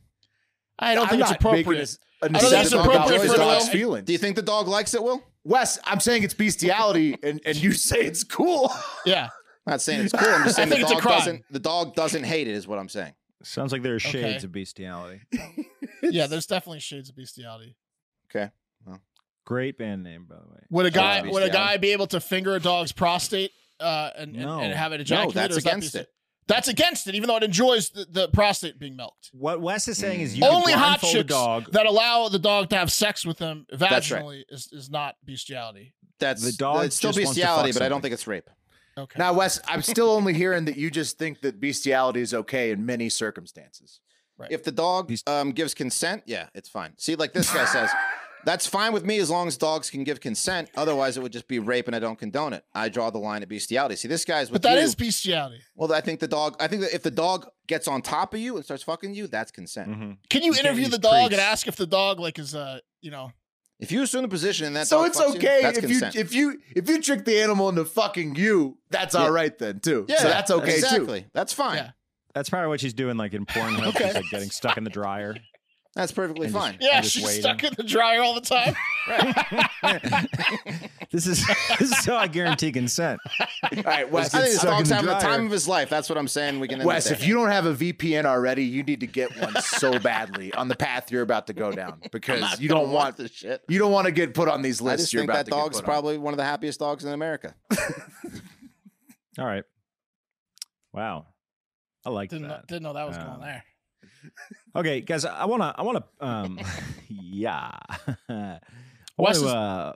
I don't
I'm
think it's
not making
appropriate.
this an
I don't think
it's
assessment about
appropriate
this
for a
dog's
little-
feelings.
Do you think the dog likes it? Will
Wes, I'm saying it's bestiality, and and you say it's cool. *laughs*
*laughs*
Yeah.
I'm not
*laughs*
saying it's cool. I'm just saying the
think it's a
dog
crime.
doesn't. The dog doesn't hate it, is what I'm saying.
Sounds like there are shades
Okay.
of bestiality.
Yeah, there's definitely shades of bestiality.
Great band name, by the way.
Would a guy
Shades of
would a
bestiality.
guy be able to finger a dog's prostate uh, and, and-
No.
and have it
No,
ejaculate?
that's
or is that
against
besti-
it.
That's against it, even though it enjoys the, the prostate being milked.
What Wes is saying is
Mm.
you
Only
can
hot
blindfold a
chicks *laughs*
dog.
that allow the dog to have sex with them
That's right.
vaginally is, is not bestiality.
That's
The dog
It's still
just wants to
bestiality,
fuck
E, but I don't
something.
think it's rape.
Okay.
now, Wes, I'm still only hearing that you just think that bestiality is okay in many circumstances.
If the dog
He's-
um, gives consent, yeah, it's fine. See, like this guy says, that's fine with me as long as dogs can give consent. Otherwise, it would just be rape, and I don't condone it. I draw the line at bestiality. See, this guy's with
but that
you.
is bestiality.
well. I think the dog. I think that if the dog gets on top of you and starts fucking you, that's
Mm-hmm.
consent.
Mhm.
Can you
You can't
interview
use
the dog and
treats.
ask if the dog like is uh you know
If you assume the position and that,
so
dog
it's
fucks you,
okay
that's
if
consent.
you if you if you trick the animal into fucking you. That's all right then too.
yeah,
so that's okay
exactly.
too.
That's fine.
Yeah. *laughs*
That's probably what she's doing, like in Pornhub. She's like getting stuck in the dryer.
That's perfectly
And just-
fine.
Yeah, *laughs*
just
she's
waiting.
stuck in the dryer all
*laughs*
the time.
this is this is how I guarantee consent.
All right,
I
Wes.
think
it's-
this
stuck in
dog's
the
having the
dryer.
time of his life. That's what I'm saying. We can end it
Wes,
there.
if
*laughs*
you don't have a VPN already, you need to get one so *laughs* badly on the path you're about to go down because you don't want
this shit.
you don't want to get put on these
I
lists.
just
you're
think
about
that
to get
dog's
put on.
probably one of the happiest dogs in America.
All right. Wow. I like
Didn't know,
that.
didn't know that was
Uh,
going there.
Okay, guys, I want to I want to um *laughs* yeah. *laughs* I
Wes
wanna,
is-
uh,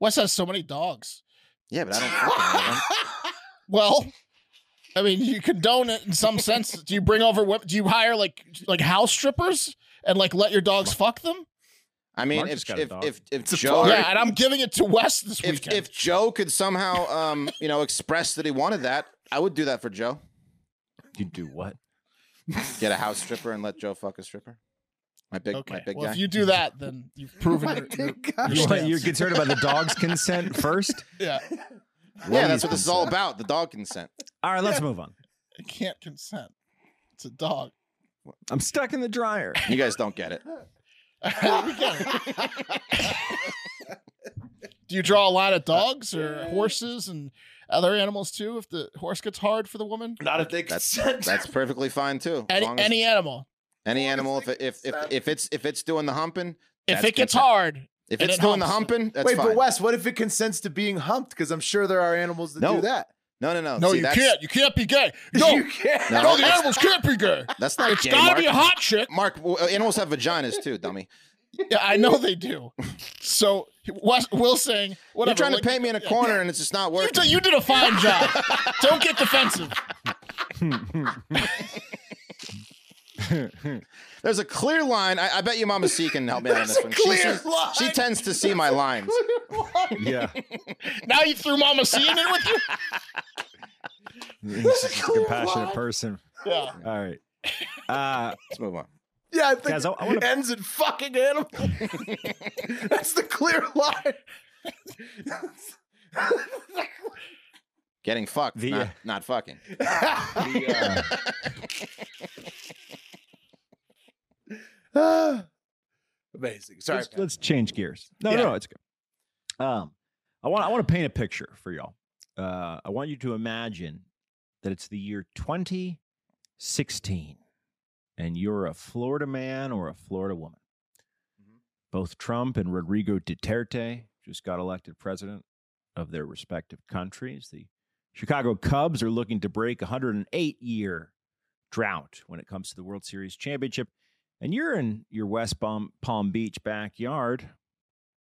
Wes has so many dogs.
Yeah, but I *laughs* don't fucking know them.
Well, *laughs* I mean, you condone it in some sense. Do you bring over? wo- Do you hire like like house strippers and like let your dogs fuck them?
I mean,
Mark
if
just got a
if,
dog.
if if
a
Joe
farm.
Yeah, and I'm giving it to Wes this
if,
weekend.
if *laughs* Joe could somehow um you know express that he wanted that, I would do that for Joe.
you do what?
Get a house stripper and let Joe fuck a stripper. My big my
okay,
big
well,
guy.
if you do that, then
*laughs*
you've
Oh
proven your, your,
You
your
want, you're
stance.
concerned about the
*laughs*
dog's consent first?
yeah,
yeah, that's what this is all about. The dog consent.
All right, let's move on.
it can't consent. It's a dog.
I'm stuck in the dryer.
You guys don't get it.
All right, we get it. do you draw a line at dogs or
Uh,
horses and other animals too? If the horse gets hard for the woman,
Not if they
That's
consent.
that's perfectly fine too. As
any
long as-
any animal,
any animal if if if if it's if it's doing the humping,
if
That's
it gets
consent.
hard,
if
And
it's
it
doing the
humps.
humping, that's
Wait,
fine.
but Wes, what if it consents to being humped? Because I'm sure there are animals that
No.
do that.
no, no, no.
no,
Oh, See,
you
that's,
can't. You can't be gay. No,
*laughs*
you can't.
No,
no, the
that's,
animals can't be gay.
that's not *laughs*
It's
gay,
gotta
Mark.
be a
*laughs*
hot chick.
Mark, w- animals have vaginas too, dummy.
Yeah, I know they do. So Wes, Will's saying, whatever.
You're trying
like-
to paint me in a corner, and it's just not
You
working.
did, you did
*laughs*
a fine job. Don't get defensive.
There's a clear line. I, I bet you Mama C can help me out on this one. she,
clear
sees- she tends to see my lines.
Yeah.
Now you threw Mama C in it with you.
He's a compassionate person.
Yeah.
All right. Uh,
*laughs*
Let's move on.
Yeah, I think
Guys, I- I wanna-
it ends in fucking
*laughs*
animal. That's the clear line. *laughs*
Getting fucked,
The,
not,
uh,
not fucking.
Ah. Amazing. Sorry.
let's, let's change gears. No, no, no, it's good. Um, I want I want to paint a picture for y'all. Uh, I want you to imagine that it's the year 2016, and you're a Florida man or a Florida woman. Both Trump and Rodrigo Duterte just got elected president of their respective countries. The Chicago Cubs are looking to break a 108 year drought when it comes to the World Series championship and you're in your West Palm, Palm Beach backyard,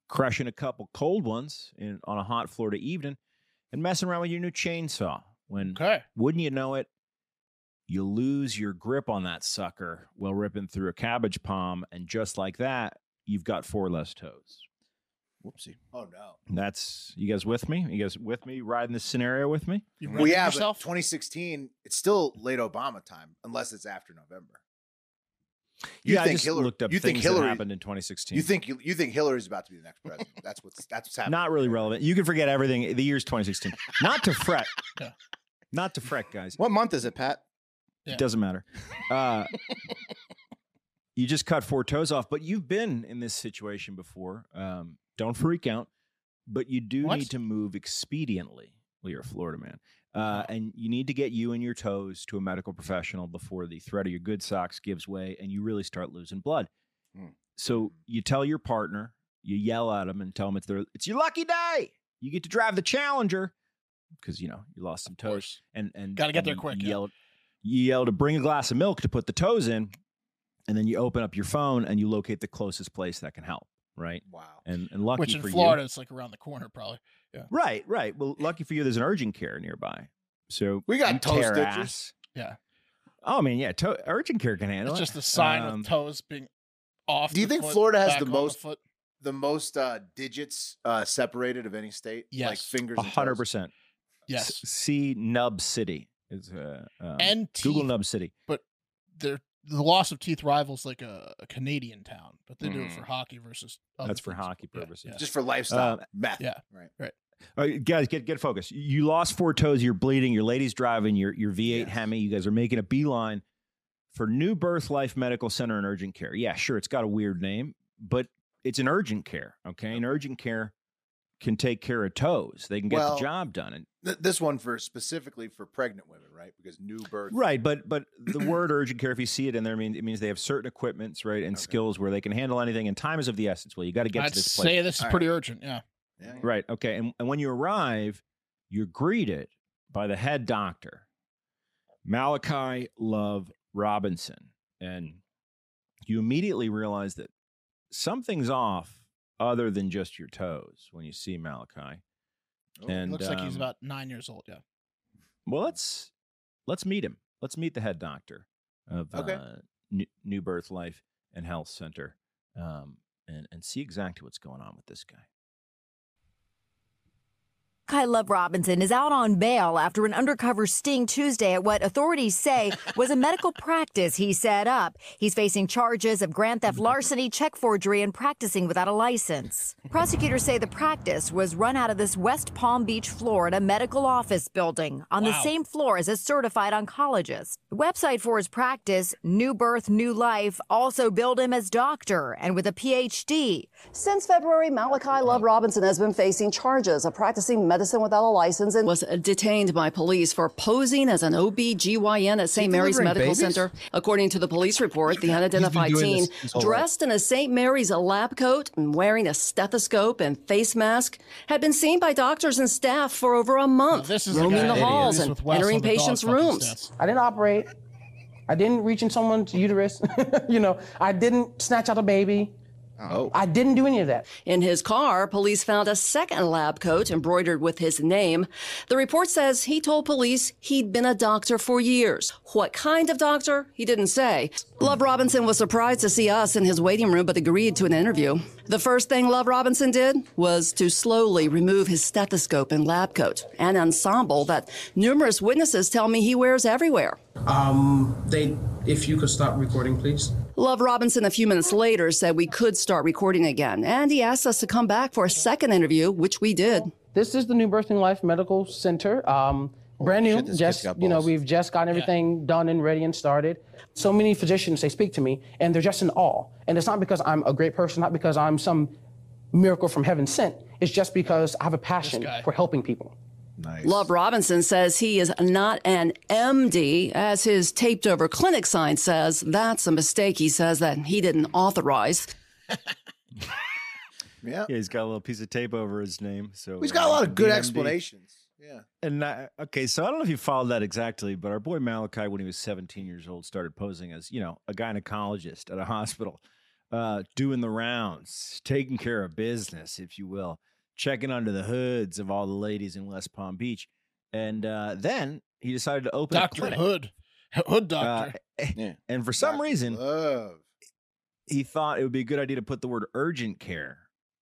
crushing a couple cold ones in, on a hot Florida evening, and messing around with your new chainsaw. When
Okay.
wouldn't you know it, you lose your grip on that sucker while ripping through a cabbage palm, and just like that, you've got four less toes.
Whoopsie.
Oh no.
That's you guys with me? You guys with me riding this scenario with me?
You
Well,
remember
yeah, but
yourself?
2016. It's still late Obama time, unless it's after November. You
yeah, I
think
just
Hillary-
looked up
you think
things
Hillary-
that happened in 2016.
You think you, you think Hillary's about to be the next president? That's what's that's what's happening. *laughs*
not really relevant. You can forget everything. The year's 2016. Not to fret. Not to fret, guys.
What month is it, Pat?
Yeah.
It doesn't matter.
*laughs*
Uh, you just cut four toes off, but you've been in this situation before. Um, don't freak out, but you do
What?
need to move expediently. Well, you're a Florida man. Uh,
Uh-huh.
and you need to get you and your toes to a medical professional before the thread of your good socks gives way and you really start losing blood.
Hmm.
Mm.
So you tell your partner, you yell at them and tell them it's their it's your lucky day. You get to drive the Challenger because you know you lost some toes
course.
and and
Gotta get
and
there
you
quick, yeah.
Yell, you yell to bring a glass of milk to put the toes in, and then you open up your phone and you locate the closest place that can help. Right,
Wow.
and and lucky
Which in
for
Florida, it's like around the corner, probably.
you, right, right. Well, lucky for you, there's an urgent care nearby, so
We got
you
toe
tear
stitches.
ass.
Yeah.
Oh man, yeah, to- urgent care can handle
It's
it.
just a sign
Um,
with toes being off.
Do you
the
think
foot,
Florida has
back
the
on
most-
foot.
The most uh, digits uh, separated of any state. Like
Yes.
fingers.
a
and
hundred
toes.
percent.
Yes.
S- See Nub City is uh, um,
And
Google
teeth.
Nub City.
They're, the loss of teeth rivals like a, a Canadian town, but they do it
Mm.
for hockey versus. Other
That's for
things.
hockey
Yeah,
purposes.
yeah.
Just for lifestyle.
Uh,
Math.
yeah.
Right.
All right, Uh, guys, get get focused. You lost four toes. You're bleeding. Your lady's driving. Your your V8 Hemi. You guys are making a beeline for New Birth Life Medical Center and Urgent Care. Yeah, sure, it's got a weird name, but it's an urgent care. Okay, an urgent care can take care of toes. They can get
Well-
the job done. And,
Th- this one for specifically for pregnant women, right? Because new birth.
right, but but the word urgent care, if you see it in there, I mean it means they have certain equipments, right, and
Okay.
skills where they can handle anything. And time is of the essence. Well, you got to get
I'd
to this place.
say this is
All right.
pretty urgent. Yeah.
Yeah.
Right. Okay. And, and when you arrive, you're greeted by the head doctor, Malachi Love Robinson. And you immediately realize that something's off other than just your toes when you see Malachi. and
Looks like he's
um,
about nine years old. Yeah.
well, let's let's meet him. Let's meet the head doctor of
Okay.
uh, New, New Birth Life and Health Center, um, and and see exactly what's going on with this guy.
Kai Love Robinson is out on bail after an undercover sting Tuesday at what authorities say was a medical practice he set up. He's facing charges of grand theft larceny, check forgery, and practicing without a license. Prosecutors say the practice was run out of this West Palm Beach, Florida medical office building on the same floor as a certified oncologist. The website for his practice, New Birth, New Life, also billed him as doctor and with a PhD.
Since February, Malachi Love Robinson has been facing charges of practicing medicine without a license and was detained by police for posing as an OBGYN at St. Mary's
delivering
Medical
babies?
Center. According to the police report, the unidentified
doing
teen,
this his whole life.
dressed in a St. Mary's lab coat and wearing a stethoscope and face mask, had been seen by doctors and staff for over a month,
This is
roaming
the,
the
guy
halls and
with Wes on
entering
the dog
patients'
fucking
rooms.
stats.
I didn't operate. I didn't reach in someone's uterus. *laughs* you know, I didn't snatch out a baby. Oh. I didn't do any of that.
In his car, police found a second lab coat embroidered with his name. The report says he told police he'd been a doctor for years. What kind of doctor? He didn't say. Love Robinson was surprised to see us in his waiting room but agreed to an interview. The first thing Love Robinson did was to slowly remove his stethoscope and lab coat, an ensemble that numerous witnesses tell me he wears everywhere.
Um, they, if you could stop recording, please.
Love Robinson, a few minutes later, said we could start recording again, and he asked us to come back for a second interview, which we did.
This is the New Birthing Life Medical Center. Um, brand new.
shit, this kid's
just
got
you know,
balls.
we've just gotten everything done and ready and started. So many physicians they speak to me, and they're just in awe. And it's not because I'm a great person, not because I'm some miracle from heaven sent. It's just because I have a passion for helping people.
Love Robinson says he is not an MD, as his taped over clinic sign says. That's a mistake, he says, that he didn't authorize.
Yeah.
Yeah, he's got a little piece of tape over his name. So
He's got a
uh,
lot of good
DMD.
explanations. Yeah.
And I, okay, so I don't know if you followed that exactly, but our boy Malachi, when he was 17 years old, started posing as you know a gynecologist at a hospital, uh, doing the rounds, taking care of business, if you will, checking under the hoods of all the ladies in West Palm Beach, and uh, then he decided to open a
Doctor
clinic.
Hood, *laughs* Hood
Uh,
Doctor.
*laughs* and for some
Dr.
reason,
Love.
he thought it would be a good idea to put the word urgent care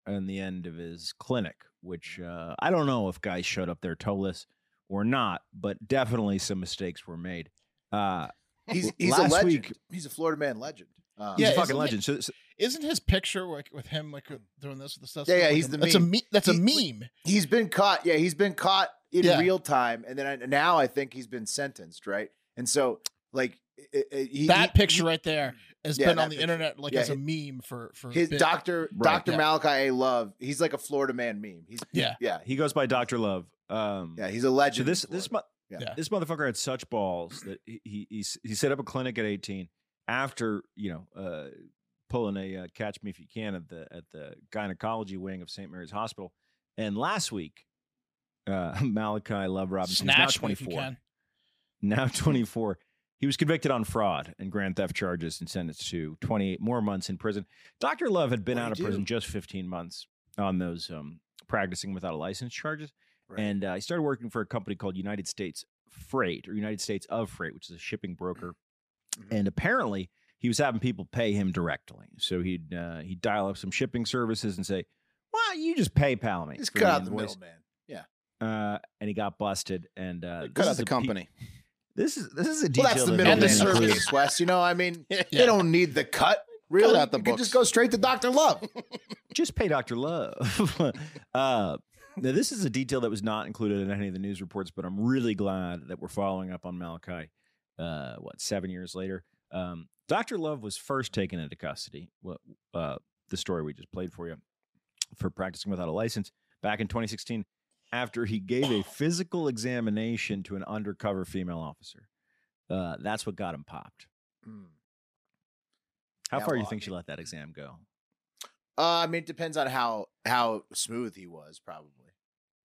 on the end of his clinic, which uh, I don't know if guys showed up there toeless or not, but definitely some mistakes were made. Uh,
He's he's a
Last
legend.
week-
he's a Florida man legend. Um,
he's
Yeah,
a fucking
isn't it-
legend. So, so-
Isn't his picture like with him like with- doing this with the stuff?
Yeah, yeah,
like
he's
a-
the
That's a
meme.
me- that's a
He-
meme.
he's been caught. Yeah, he's been caught in
Yeah.
real time, and then I, now I think he's been sentenced, right? And so like i- i- he,
that
he-
picture right there has
Yeah,
been
that
on the
picture.
internet like
Yeah,
as a meme for for
his
bit.
doctor
Right,
Doctor
yeah.
Malachi A. Love. He's like a Florida man meme. He's
Yeah.
yeah,
he goes by Doctor Love. Um,
yeah. He's a
so
legend. in
this this
Florida.
mo-
Yeah.
this motherfucker had such balls that he he he, s- he set up a clinic at 18 after you know uh, pulling a uh, catch me if you can at the at the gynecology wing of St Mary's Hospital, and last week. Uh, *laughs* Malachi Love Robinson, who's now
Snatch me if you
24,
can.
*laughs*
now 24. He was convicted on fraud and grand theft charges and sentenced to 28 more months in prison. Dr. Love had been
What'd
out of
he
prison
do?
just 15 months on those um, practicing without a license charges.
Right.
And uh, he started working for a company called United States Freight or United States of Freight, which is a shipping broker.
Mm-hmm.
And apparently, he was having people pay him directly. So he'd uh, he'd dial up some shipping services and say, "Why don't you just PayPal me?"
just
for
cut out the
invoice?"
middleman.
Uh, and he got busted. And uh, this
Cut
is
out the
a pe-
company. *laughs*
this is this is a
Well,
detail.
that's the
that
middle
And the
man
didn't include.
service, Wes. You know, I mean,
Yeah.
they don't need the cut. Really,
out the
you could just
books.
go straight to Doctor Love.
*laughs* Just pay Doctor Love. *laughs* uh, now, this is a detail that was not included in any of the news reports, but I'm really glad that we're following up on Malachi. Uh, what seven years later? Um, Dr. Love was first taken into custody, wh- uh, the story we just played for you, for practicing without a license back in 2016 after he gave a physical examination to an undercover female officer. Uh, that's what got him popped.
Hmm.
How
Yeah,
far do
well,
you
I
think she let that exam go?
Uh, I mean, it depends on how how smooth he was, probably.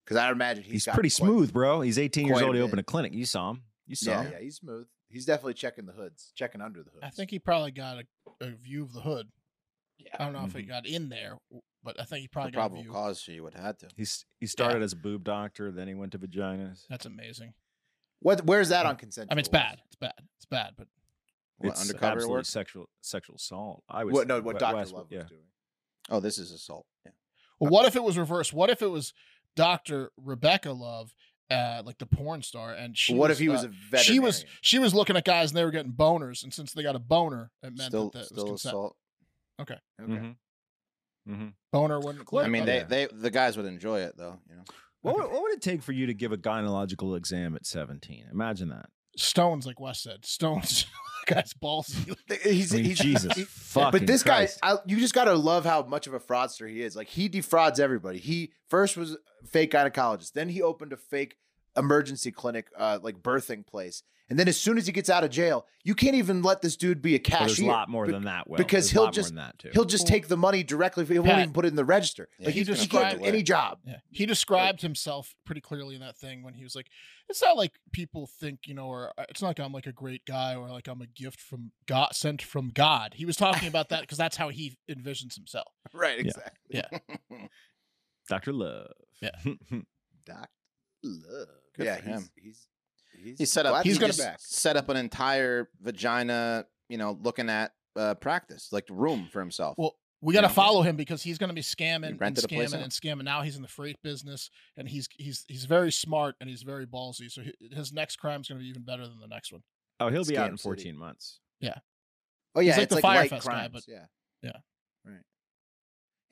Because I imagine
He's,
he's, gotten
pretty
quite-
smooth, bro. He's 18 years
quite a
old. He
bit.
opened a clinic. You saw him. You saw
Yeah,
him.
yeah, he's smooth. He's definitely checking the hoods, checking under the hood.
I think he probably got a, a view of the hood. I don't know if he
Mhm.
got in there, but I think he probably
The
got a
probable
view.
cause so you would have had to.
He's he started as a boob doctor, then he went to vaginas.
That's amazing.
What? Where's that on consent?
I mean, it's bad. It's bad. It's bad. But
What,
It's
undercover
absolutely
work?
sexual sexual assault. I was
What? No, what
Wes-
Doctor
Wes-
Love
yeah.
was doing.
Oh, this is assault. Yeah.
well, what if it was reversed? What if it was Doctor Rebecca Love, uh, like the porn star, and she?
What if he was
uh,
a
She was
veterinarian?
she was looking at guys and they were getting boners, and since they got a boner, it meant
Still,
that, that was
still
consent.
assault.
Okay,
Okay.
Mm-hmm. Mhm.
boner wouldn't.
Mm-hmm. I
clear-
mean,
okay.
they, they the guys would enjoy it though. You know,
*laughs*
What, would, what would it take for you to give a gynecological exam at 17? Imagine that.
stones, like Wes said, stones. *laughs* guys, ballsy.
Th- He's,
I mean,
he's
Jesus
he-
fucking
But this
Christ.
guy, I, you just gotta love how much of a fraudster he is. Like he defrauds everybody. He first was a fake gynecologist, then he opened a fake emergency clinic, uh, like birthing place, and then as soon as he gets out of jail, you can't even let this dude be a
Well, there's
cashier.
a lot more
be-
than that. Will.
because
There's a
he'll
lot
just
more than that too.
he'll just take the money directly. He won't
Pat-
even put it in the register.
Yeah,
like he,
he's
gonna
he can't
find
do
a
any
way.
job.
Yeah. He described himself pretty clearly in that thing when he was like, "It's not like people think, you know, or uh, it's not like I'm like a great guy or like I'm a gift from God, sent from God." He was talking about that because that's how he envisions himself.
*laughs* Right.
Yeah.
Exactly.
Dr. Love.
Yeah.
Doc. Love.
Good
yeah.
for
he's,
him.
he's he's
he set up.
glad
He's
that
going
he's
to set up an entire vagina. You know, looking at uh, practice like the room for himself.
Well, we got to
Yeah.
follow him because he's going to be scamming and
rented a place
scamming
out.
and scamming. Now he's in the freight business, and he's he's he's very smart and he's very ballsy. So hi- his next crime is going to be even better than the next one.
*laughs* Oh, he'll be out
Scam
in
City.
14 months.
Oh yeah,
He's like
it's
the
like
Fyre
light
Fest guy,
crimes.
but-
yeah.
yeah.
Right.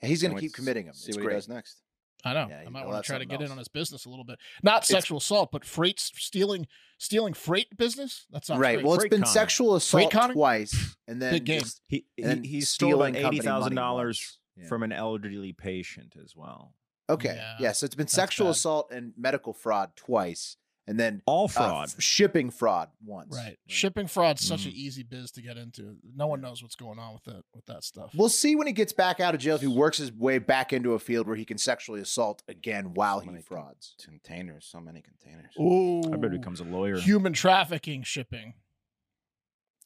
And he's gonna
Can't wait
keep
to
committing them.
See
It's
what
great.
he does next.
I know.
Yeah,
I
he's-
might
well,
want
that's
to try to
something
get in
else.
on his business a little bit. Not sexual assault, but freight stealing stealing freight business. That's not
right.
great.
Well, it's
Freight
been
conning.
sexual assault
conning?
twice, and then
Big game.
just-
He,
and then
he, he stole
stealing
like
company money
$80,000
once. Yeah.
from an elderly patient as well.
Okay. Yeah.
Yeah,
so it's been
that's
sexual
bad.
assault and medical fraud twice, and then
All
uh,
fraud.
f- shipping fraud once.
Right. Shipping fraud's such
Mm.
an easy biz to get into. No one knows what's going on with that with that stuff.
We'll see when he gets back out of jail if he works his way back into a field where he can sexually assault again while he
Somebody can-
frauds.
Containers, so many containers.
Ooh,
I bet he becomes a lawyer.
human trafficking shipping.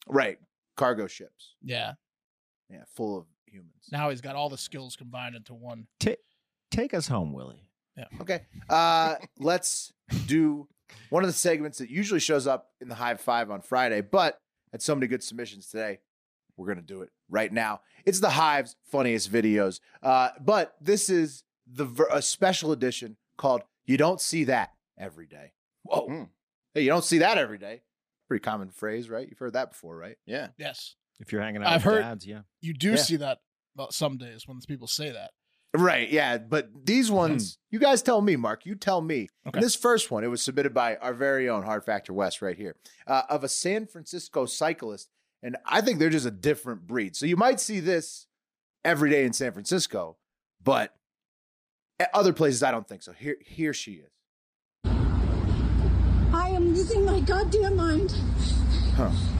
Right. Cargo ships.
Yeah.
Yeah, full of humans.
Now he's got all the skills combined into one.
Ta- take us home, Willie.
Okay. Uh, let's do one of the segments that usually shows up in the Hive Five on Friday, but had so many good submissions today. We're going to do it right now. It's the Hive's funniest videos. Uh, but this is the ver- a special edition called You Don't See That Every Day. Whoa.
Hmm.
Hey, you don't see that every day. Pretty common phrase, right? You've heard that before, right?
Yeah.
Yes.
If you're hanging out
I've
with
heard-
dads, yeah.
You do
Yeah.
see that uh, some days when people say that.
Right, yeah, but these ones, you guys tell me, Mark. You tell me. And
Okay.
this first one, it was submitted by our very own Hard Factor West right here, uh, of a San Francisco cyclist, and I think they're just a different breed. So you might see this every day in San Francisco, but at other places I don't think so. Here, here she is.
I am losing my goddamn mind.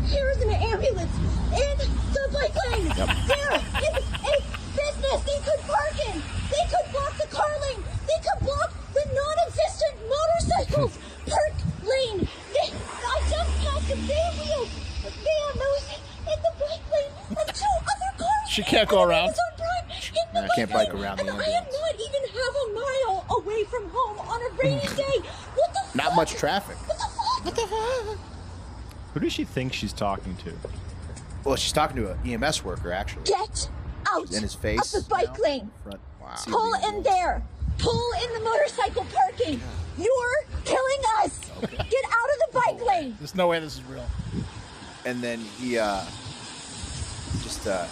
Here's an ambulance in the bike lane. There is a business they could park in. They could block the car lane. They could block the non-existent
*laughs*
motorcycles park lane. They, I just passed a bay wheel. Van losing in the bike lane of two other cars.
She can't go
And
around.
I was on Prime in the
I can't bike
lane.
around the
And I am
ambulance.
not even half a mile away from home on a
*laughs*
rainy day. What the
Not
fuck?
much traffic.
What the fuck? What the fuck?
Who does she think she's talking to?
Well, she's talking to an EMS worker actually.
Get out
In his face.
of the bike
you know,
lane.
Front, seat of the
Pull in
ambulance.
there. Pull in the motorcycle parking. You're killing us. Get out of the bike lane.
There's no way this is real.
And then he uh, just uh,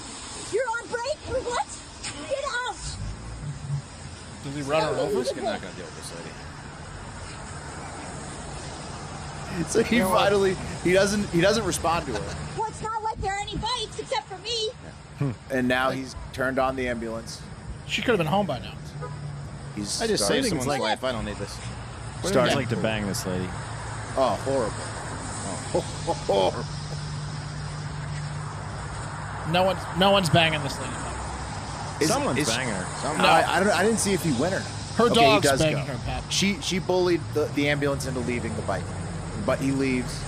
You're on break or what? Get out.
Does he run her over?
You're not gonna deal with this
*laughs*
lady.
so he finally he doesn't he doesn't respond to her. *laughs*
What's not like there any bikes except for me.
and now he's turned on the ambulance.
She could have been home by now.
He's
I just
starting-
saved someone's life. I don't need this.
Starts like to bang this lady.
Oh, horrible.
horrible. No one's no one's banging this lady.
Is-
Someone's
is-
banging her.
Someone-
I, I don't. I didn't see if he went or not.
Her
okay,
dog's
he does
banging
go.
her, Pat.
She she bullied the, the ambulance into leaving the bike, but he leaves.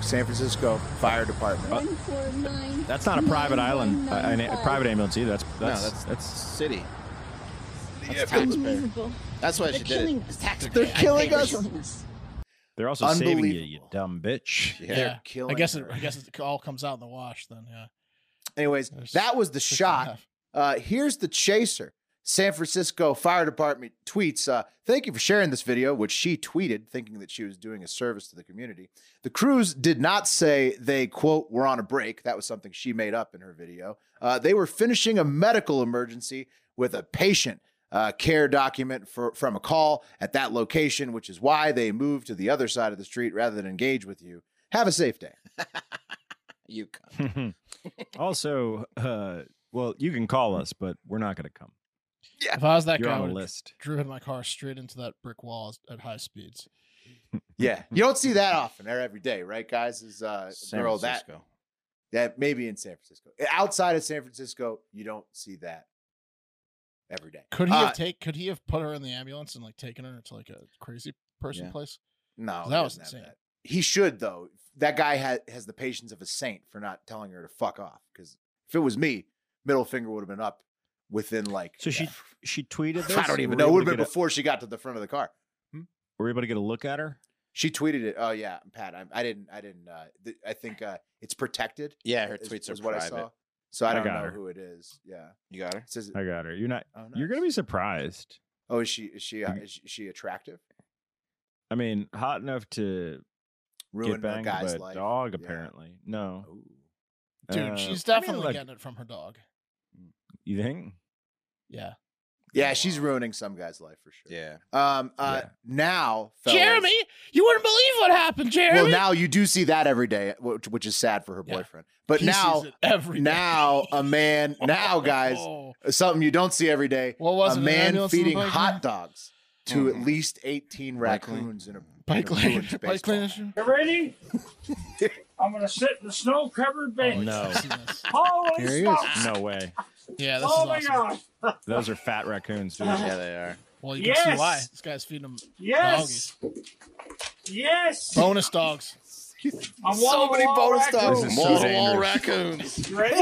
San Francisco Fire
Uh,
Department.
That's not a private island, uh, an- a private ambulance either. That's that's
that's-
that's
city.
That's unbelievable.
That's why
They're
she did
killing
it.
us.
taxpayer.
They're
I
killing
paid
us.
you.
They're also saving you, you dumb bitch.
Yeah, I guess it, *laughs* I guess it all comes out in the wash then.
*laughs*
Yeah,
Anyways, that was the shock. Uh, here's the chaser. San Francisco Fire Department tweets, uh, thank you for sharing this video, which she tweeted, thinking that she was doing a service to the community. The crews did not say they, quote, were on a break. That was something she made up in her video. Uh, they were finishing a medical emergency with a patient uh, care document for, from a call at that location, which is why they moved to the other side of the street rather than engage with you. Have a safe day.
You
Uh,
uh,
*laughs*
*laughs*
also, uh, well, you can call us, but we're not going to come.
If I was that
You're
guy, I
on
would
the
have
list.
driven my car straight into that brick wall as- at high speeds.
Yeah, you don't see that often or every day, right, guys? Is uh,
San
girl
Francisco.
that that maybe in San Francisco, Eh, outside of San Francisco, you don't see that every day.
Could he
Uh,
have take? Could he have put her in the ambulance and like taken her to like a crazy person
Yeah.
place?
No,
'Cause
he
that was
doesn't have
insane.
that. He should though. That guy has has the patience of a saint for not telling her to fuck off. Because if it was me, middle finger would have been up within like.
So she she tweeted. This
I don't
You
even
were
know. It
able
would
to
have been
get a-
before she got to the front of the car.
Were we able to get a look at her?
She tweeted it. Oh yeah, Pat. I, I didn't. I didn't. Uh, th- I think uh, it's protected.
Yeah, her
is-
tweets are
is what I
private.
saw. So I
I
don't
got
know
her.
who it is. Yeah.
You got her.
It says,
I got her. You're not.
Oh,
You're going to be surprised.
oh, is she is she uh, is she- is she attractive?
I mean, hot enough to
Ruin a
get banged
guy's
by a
life.
dog.
Yeah.
Apparently, no.
Dude,
Uh,
she's
I mean,
definitely
look,
getting it from her dog.
You think?
Yeah.
Yeah, she's ruining some guy's life for sure.
Yeah.
Um. Uh. Now, fellas-
Jeremy, you wouldn't believe what happened, Jeremy.
Well, now you do see that every day, which, which is sad for her boyfriend. But
He
now,
sees it every day. Oh,
now a man,
*laughs*
now guys, something you don't see every day.
What was
a
it, an
man
ambulance in the
feeding
bike
hot
lane?
dogs to at least eighteen raccoons in a
*laughs* bike
in a
lane,
ruined
*laughs* bike
baseball.
lane issue.
You ready? I'm gonna sit in the snow-covered bench.
No.
Oh,
Holy smokes!
No way.
Yeah, this
oh
is
my
awesome.
god!
Those are fat raccoons, dude.
Yeah,
they are.
*laughs*
Well, Oh, you can see
Yes.
why this guy's feeding them
Yes. Yes.
doggies. bonus dogs.
I'm
So many bonus dogs.
This is so
Wall-to-wall
dangerous.
raccoons.
You ready?
*laughs*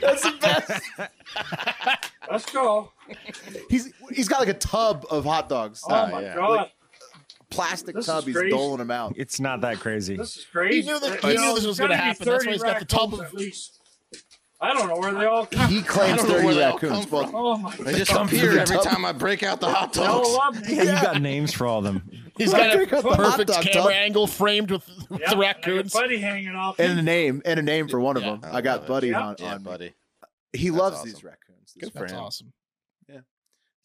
That's the best.
Let's go.
*laughs* He's he's got like a tub of hot dogs.
Oh,
Ah,
my
yeah.
god.
Plastic
This
tub.
is
He's
crazy.
doling them out.
It's not that crazy.
This is crazy.
He knew that-
You
he
know,
knew this was
there's
gonna
gotta be
happen. That's why he's got the
30
tub of-
raccoons at least. I don't know where they all come.
He claims
know where
thirty
they all
raccoons. Well,
come
Oh my
They
god.
just appear every time I break out the hot
They all
dogs.
love me.
*laughs* Yeah, you got names for all them.
*laughs*
*laughs*
He's got a
Patrick got the hot
perfect
dog
camera
tub.
angle framed with, *laughs* with
Yeah,
the
I got
raccoons.
Buddy hanging off.
and a name and a name for one of
Yeah.
them. I got Buddy
Yeah.
on,
Yeah,
on me.
buddy.
He
That's
loves
awesome.
these raccoons. This
Good for
That's
him.
awesome.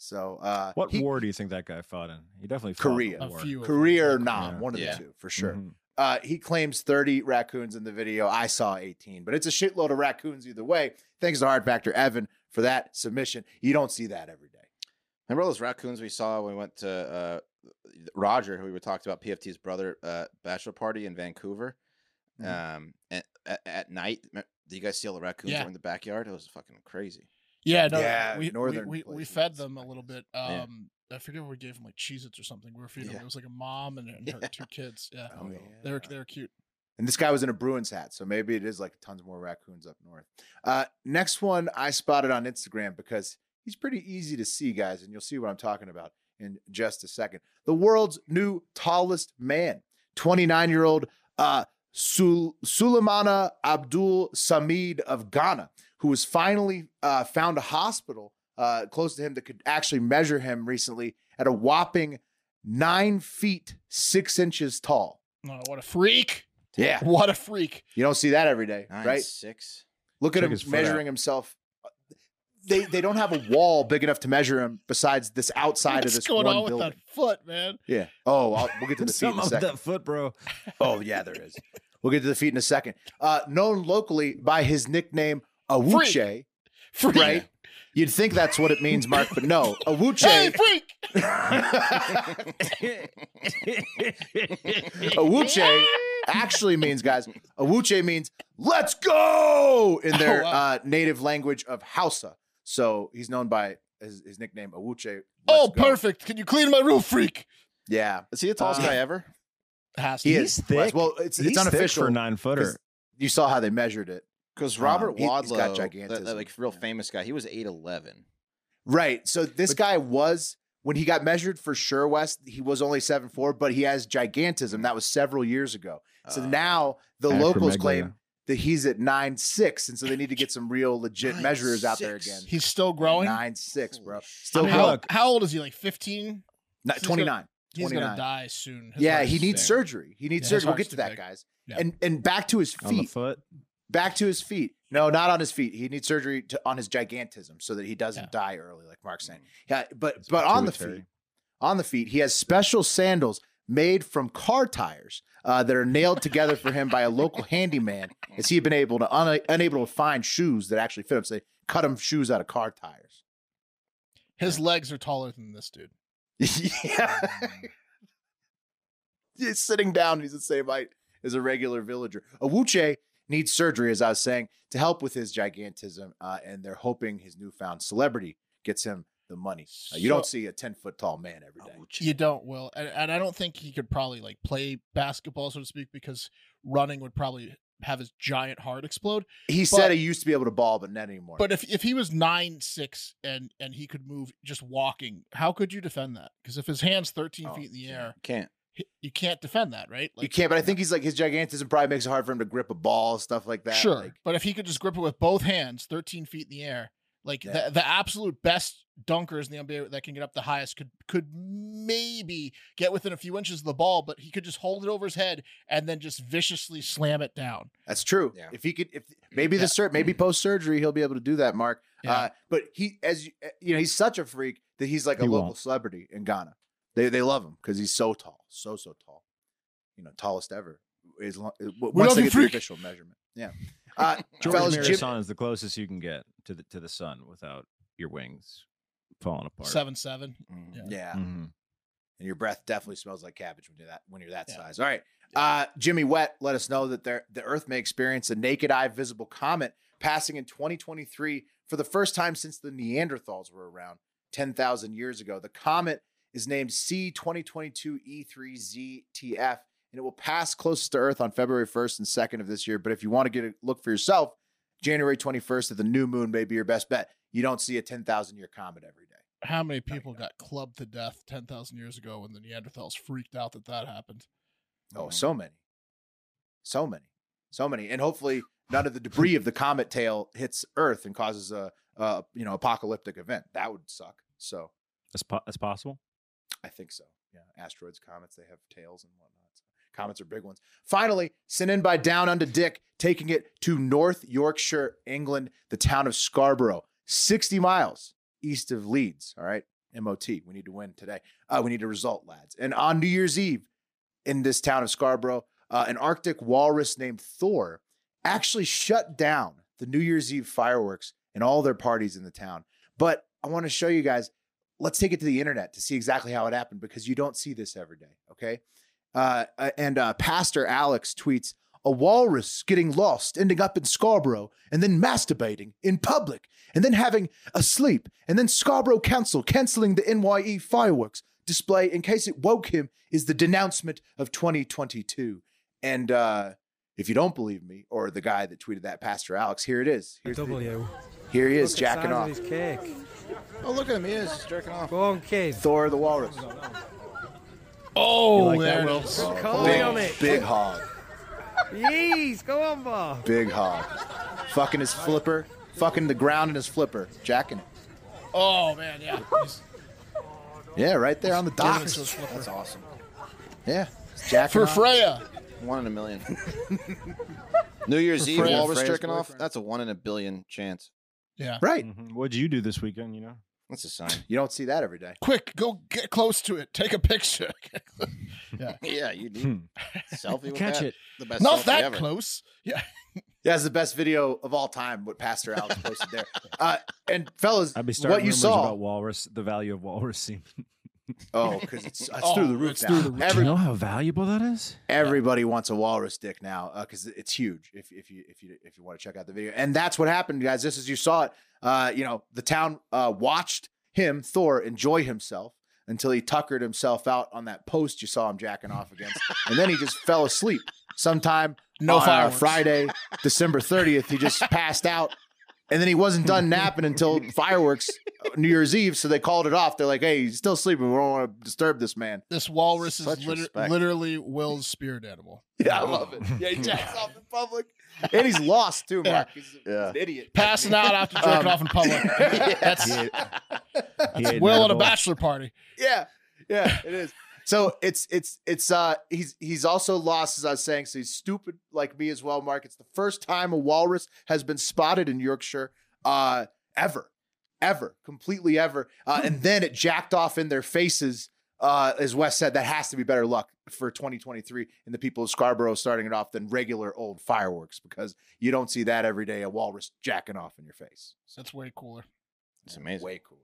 So uh,
What
he-
war do you think that guy fought in? He definitely fought in
Korea.
the
A
war. Mm-hmm.
few. of them.
career nom,
Yeah.
one of
Yeah.
the two for sure.
Mhm.
Uh, he claims 30 raccoons in the video. I saw 18, but it's a shitload of raccoons either way. Thanks to Hard Factor Evan for that submission. You don't see that every day.
Remember all those raccoons we saw when we went to uh, Roger, who we were talked about, PFT's brother, uh, bachelor party in Vancouver, um, at, at, at night. Me- Do you guys see all the raccoons that
Mm-hmm. Yeah.
were in the backyard? It was fucking crazy.
Yeah, no,
Yeah,
we,
northern
we, we, we
places.
fed them a little bit.
Yeah.
Um, I forget what we gave them, like Cheez-Its or something. We were feeding
Yeah.
them. It was like a mom and, and her
Yeah.
two kids. Yeah.
Oh, yeah.
They were, they were cute.
And this guy was in a Bruins hat, so maybe it is like tons more raccoons up north. Uh, next one I spotted on Instagram because he's pretty easy to see, guys, and you'll see what I'm talking about in just a second. The world's new tallest man, 29 year old uh, Sul- Suleimana Abdul Samid of Ghana, who was finally uh, found a hospital uh, close to him that could actually measure him recently at a whopping nine feet six inches tall.
Oh, what a freak. *laughs*
Yeah.
What a freak.
You don't see that every day,
Nine,
right?
six.
Look at
Check
him
his foot
measuring himself. They they don't have a wall big enough to measure him besides this outside of
What's
this
going
one
on with
building.
that foot, man? *laughs*
Yeah. Oh, I'll, we'll get to the feet in
Some
a
of
second.
that foot, bro.
Oh yeah, there is. We'll get to the feet in a second. Uh, known locally by his nickname Awuche,
Freak.
right? You'd think that's what it means, Mark, but
*laughs*
no. Awuche.
Hey, freak!
*laughs* Awuche actually means, guys, Awuche means let's go in their
Oh, wow.
uh, native language of Hausa. So he's known by his, his nickname, Awuche.
oh, perfect. Can you clean my roof, freak?
Yeah. Is he the
tallest guy
ever?
Has to
He
be.
is thick. Well, it's,
He's
it's
thick
unofficial
for a nine-footer.
'cause You saw how they measured it.
Because
Um,
Robert
he-
Wadlow,
he's got
that-
gigantism.
that, like real famous guy, he was eight eleven.
Right. So this guy was when he got measured for sure West, he was only seven four, but he has gigantism. That was several years ago.
Ah, Uh,
So now the locals
acromegaly.
claim that he's at nine six, and so they need to get some real legit measurers out there again.
9'6". He's still growing.
Nine six, bro.
I
Still
mean, how,
growing.
how old is he? Like 15?
Not-
He's gonna-
29.
He's going
29.
to die soon. His
Yeah,
heart
he
is
needs
sick.
surgery. He
Yeah,
needs
his
surgery. We'll
heart's
get to
too
that,
big.
guys.
Yeah.
And and back to his feet.
On the foot.
Back to his feet. No, not on his feet. He needs surgery to, on his gigantism so that he doesn't die early, like Mark's saying. Yeah, but but on the
pituitary.
feet, on the feet, he has special sandals made from car tires uh, that are nailed together for him by a local handyman, as he had been able to un- unable to find shoes that actually fit him. So they cut him shoes out of car tires.
His legs are taller than this dude.
*laughs* yeah, he's sitting down. He's the same height as a regular villager. Awuche needs surgery, as I was saying, to help with his gigantism, uh, and they're hoping his newfound celebrity gets him the money. Uh, you don't
So-
see a ten foot tall man every day.
You don't, Will. And, and I don't think he could probably like play basketball, so to speak, because running would probably have his giant heart explode.
He said he used to be able to ball, but not anymore.
But if, if he was nine six and and he could move just walking, how could you defend that? Because if his hand's thirteen feet in the air,
Can't.
he- you can't defend that, right?
Oh, you can't. But I think he's like his gigantism probably makes it hard for him to grip a ball, stuff like that.
sure.
Like,
but if he could just grip it with both hands, thirteen feet in the air, like
Yeah.
the, the absolute best dunkers in the NBA that can get up the highest could could maybe get within a few inches of the ball, but he could just hold it over his head and then just viciously slam it down.
that's true. If he could, if maybe the
Yeah.
sur- maybe post surgery he'll be able to do that, Mark.
Yeah.
Uh, but he, as you, eh, you know, he's such a freak that he's like a
He
local
won't.
celebrity in Ghana. They they love him because he's so tall, so so tall. You know, tallest ever. Is long, w- once
love
they
you,
get the
freak.
official measurement. Yeah. Uh,
George
fellas,
Mirasan
Jim-
is the closest you can get to the to the sun without your wings falling apart.
Seven seven. Yeah.
Yeah.
Mhm.
And your breath definitely smells like cabbage when you're that when you're that size. All right. Uh, Jimmy Wet let us know that there, the Earth may experience a naked eye visible comet passing in 2023 for the first time since the Neanderthals were around 10,000 years ago. The comet is named E C2022E3ZTF and it will pass closest to Earth on February 1st and 2nd of this year. But if you want to get a look for yourself, January 21st at the new moon may be your best bet. You don't see a 10,000 year comet every day.
How many people got clubbed to death ten thousand years ago when the Neanderthals freaked out that that happened?
Oh, so many. So many. So many. And hopefully none of the debris of the comet tail hits Earth and causes a, a you know apocalyptic event. That would suck. So
That's, po- that's possible.
I think so. Yeah. Asteroids, comets, they have tails and whatnot. So comets are big ones. Finally, sent in by Down Under Dick, taking it to North Yorkshire, England, the town of Scarborough, 60 miles east of Leeds. All right. MOT. We need to win today. Uh, we need a result, lads. And on New Year's Eve, in this town of Scarborough, uh, an Arctic walrus named Thor actually shut down the New Year's Eve fireworks and all their parties in the town. But I want to show you guys, let's take it to the internet to see exactly how it happened because you don't see this every day, okay? Uh, uh, and uh, Pastor Alex tweets, a walrus getting lost, ending up in Scarborough, and then masturbating in public, and then having a sleep, and then Scarborough Council canceling the NYE fireworks display in case it woke him is the denouncement of 2022. And uh, if you don't believe me, or the guy that tweeted that, Pastor Alex, here it is. Here's the-
W.
here he is,
Look at the
jacking
size
off.
of his cake.
Oh, look at him. He is just jerking off.
Go on, kid.
Thor the walrus.
Oh,
You like
there
that,
it
Will?
is.
Oh,
Call
big,
me on it.
Big hog.
Yeez, go on, Bob.
Big hog. Fucking his flipper. Fucking the ground in his flipper. Jacking it.
Oh man, yeah. He's-
Yeah, right there on the
Giving
dock.
it to his flipper.
That's awesome.
Yeah. he's Jacking
For
off.
Freya.
One in
*laughs*
a million. New Year's
For
Eve,
Freya.
walrus
Freya's
jerking off. That's a one in a billion chance. Mm-hmm.
Yeah.
Right.
Mhm. What'd you do this weekend? You know,
That's a sign.
You don't see that every day.
Quick, go get close to it. Take a picture. *laughs* yeah.
*laughs* yeah, you need selfie. With
Hmm. Catch
that.
it.
The best.
Not
selfie
that
ever.
close. Yeah.
Yeah, it's the best video of all time. What Pastor Alex posted
*laughs*
there, uh, and fellas,
I'd be starting
what you
rumors
saw?
about walrus, the value of walrus semen.
oh, *laughs* because it's, it's through the roof now.
you
Every-
know how valuable
*laughs*
that is?
Everybody wants a walrus dick now because it's huge. If, if you if you if you want to check out the video, and that's what happened, guys. This is you saw it. Uh, you know, the town uh, watched him, Thor, enjoy himself until he tuckered himself out on that post you saw him jacking off against, and then he just fell asleep. Sometime
No
on, uh,
fireworks.
Friday, December thirtieth, he just passed out, and then he wasn't done napping until fireworks uh, New Year's Eve. So they called it off. They're like, "Hey, he's still sleeping. We don't want to disturb this man."
This walrus is
Such
liter-
respect.
literally Will's spirit animal.
*laughs* Yeah, *laughs* I love it. Yeah, he jacks off in public. And he's lost *laughs* too, Mark. He's, a- he's an idiot.
Passing
*laughs*
out after
Um,
jerking off in public. That's, that's Will at a bachelor party.
Yeah, yeah, it is. So it's it's it's uh he's he's also lost as I was saying. So he's stupid like me as well, Mark. It's the first time a walrus has been spotted in Yorkshire uh ever, ever, completely ever. Uh, and then it jacked off in their faces. Uh, as Wes said, that has to be better luck for 2023 and the people of Scarborough starting it off than regular old fireworks because you don't see that every day. A walrus jacking off in your face.
That's way cooler.
It's amazing.
Way cooler.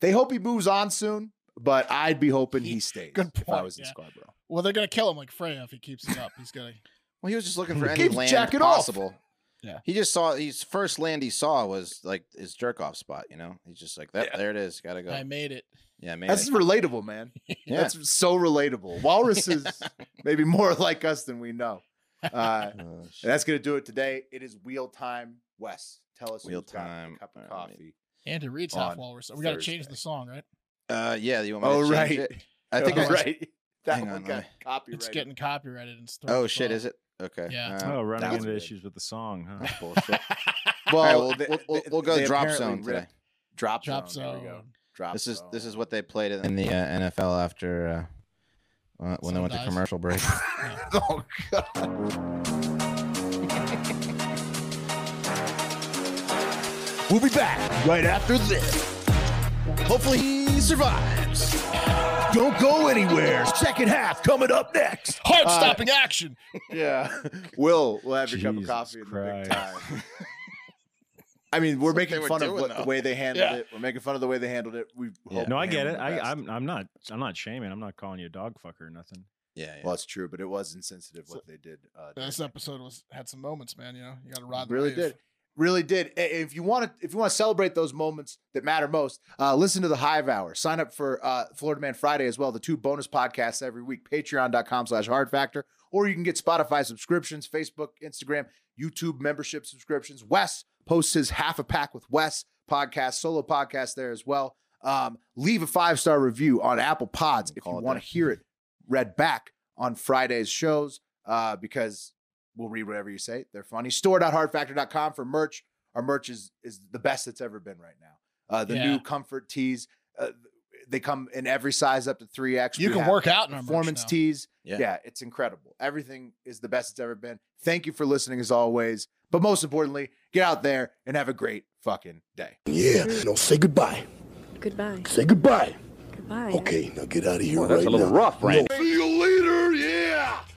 They hope he moves on soon, but I'd be hoping he, stays.
Good
If I
point,
was in
yeah.
Scarborough,
Well, they're gonna kill him like Freya if he keeps it up. He's
*laughs*
gonna.
Well, he was just looking for any
Keep
land
jacking off.
possible.
Yeah.
He just saw his first land he saw was like his jerk off spot. You know, he's just like that. There it is. Gotta go.
I made it.
yeah, man.
that's relatable, man.
Yeah.
That's so relatable. Walrus is maybe more like us than we know. Uh,
Oh,
and that's gonna do it today. It is wheel time, Wes. Tell us
Wheel
who's got the
time.
cup of
All right.
coffee.
Andy Reid's
On
half walrus. We gotta change the song, right?
Uh, yeah. You want me
Oh,
to change
right.
it?
*laughs*
I think
Oh,
I *laughs*
right. That
Hang
one
on, let
got
me-
copyrighted.
It's getting copyrighted and stuff.
Oh shit! Is it okay?
Yeah.
Uh,
oh, running
that was
into
good.
issues with the song, huh?
*laughs*
Bullshit.
Well,
All right, we'll-
they-
we'll- we'll-
they-
we'll go
they
drop
apparently
zone today.
ripped- Drop,
Drop
zone. oh, There we go.
zone.
Drop
This is
zone.
this is what they played in the uh, NFL after uh, uh, when they went to
Sundies.
*laughs*
commercial break.
oh god.
We'll be back right after this. Hopefully he survives. Don't go anywhere. Second half coming up next.
Heart
Uh,
stopping action.
*laughs*
Yeah. *laughs* Will will have your cup of
Jesus
coffee in the big
Christ. *laughs*
time. I mean, we're making
they were
fun of
doing,
what, the
though.
way they handled
Yeah.
it. We're making fun of the way they handled it. We
Yeah.
hope
No, I
they
get it.
handled
I,
best.
I'm I'm not I'm not shaming. I'm not calling you a dog fucker or nothing.
yeah, yeah.
Well, it's true, but it was insensitive what they did. Uh, during
This episode was had some moments, man. You know, you gotta ride. The
really
wave.
did really did I- if you want to if you want to celebrate those moments that matter most uh, listen to the hive hour sign up for uh, florida man friday as well the two bonus podcasts every week patreon.com slash hard factor or you can get spotify subscriptions facebook instagram youtube membership subscriptions wes posts his half a pack with wes podcast solo podcast there as well um, leave a five star review on apple pods if you
Call it
want
that.
to hear it read back on friday's shows uh, because We'll read whatever you say. They're funny. Store.hardfactor.com for merch. Our merch is is the best it's ever been right now. Uh, the
Yeah.
new comfort tees, uh, they come in every size up to three X.
You can work out in our merch
performance
now.
tees.
Yeah.
Yeah. it's incredible. Everything is the best it's ever been. Thank you for listening as always. But most importantly, get out there and have a great fucking day.
Yeah, no, say goodbye.
Goodbye.
Say goodbye.
Goodbye.
Okay, now get out of here
Well,
right
that's a little
now.
rough,
No,
Randy.
See you later.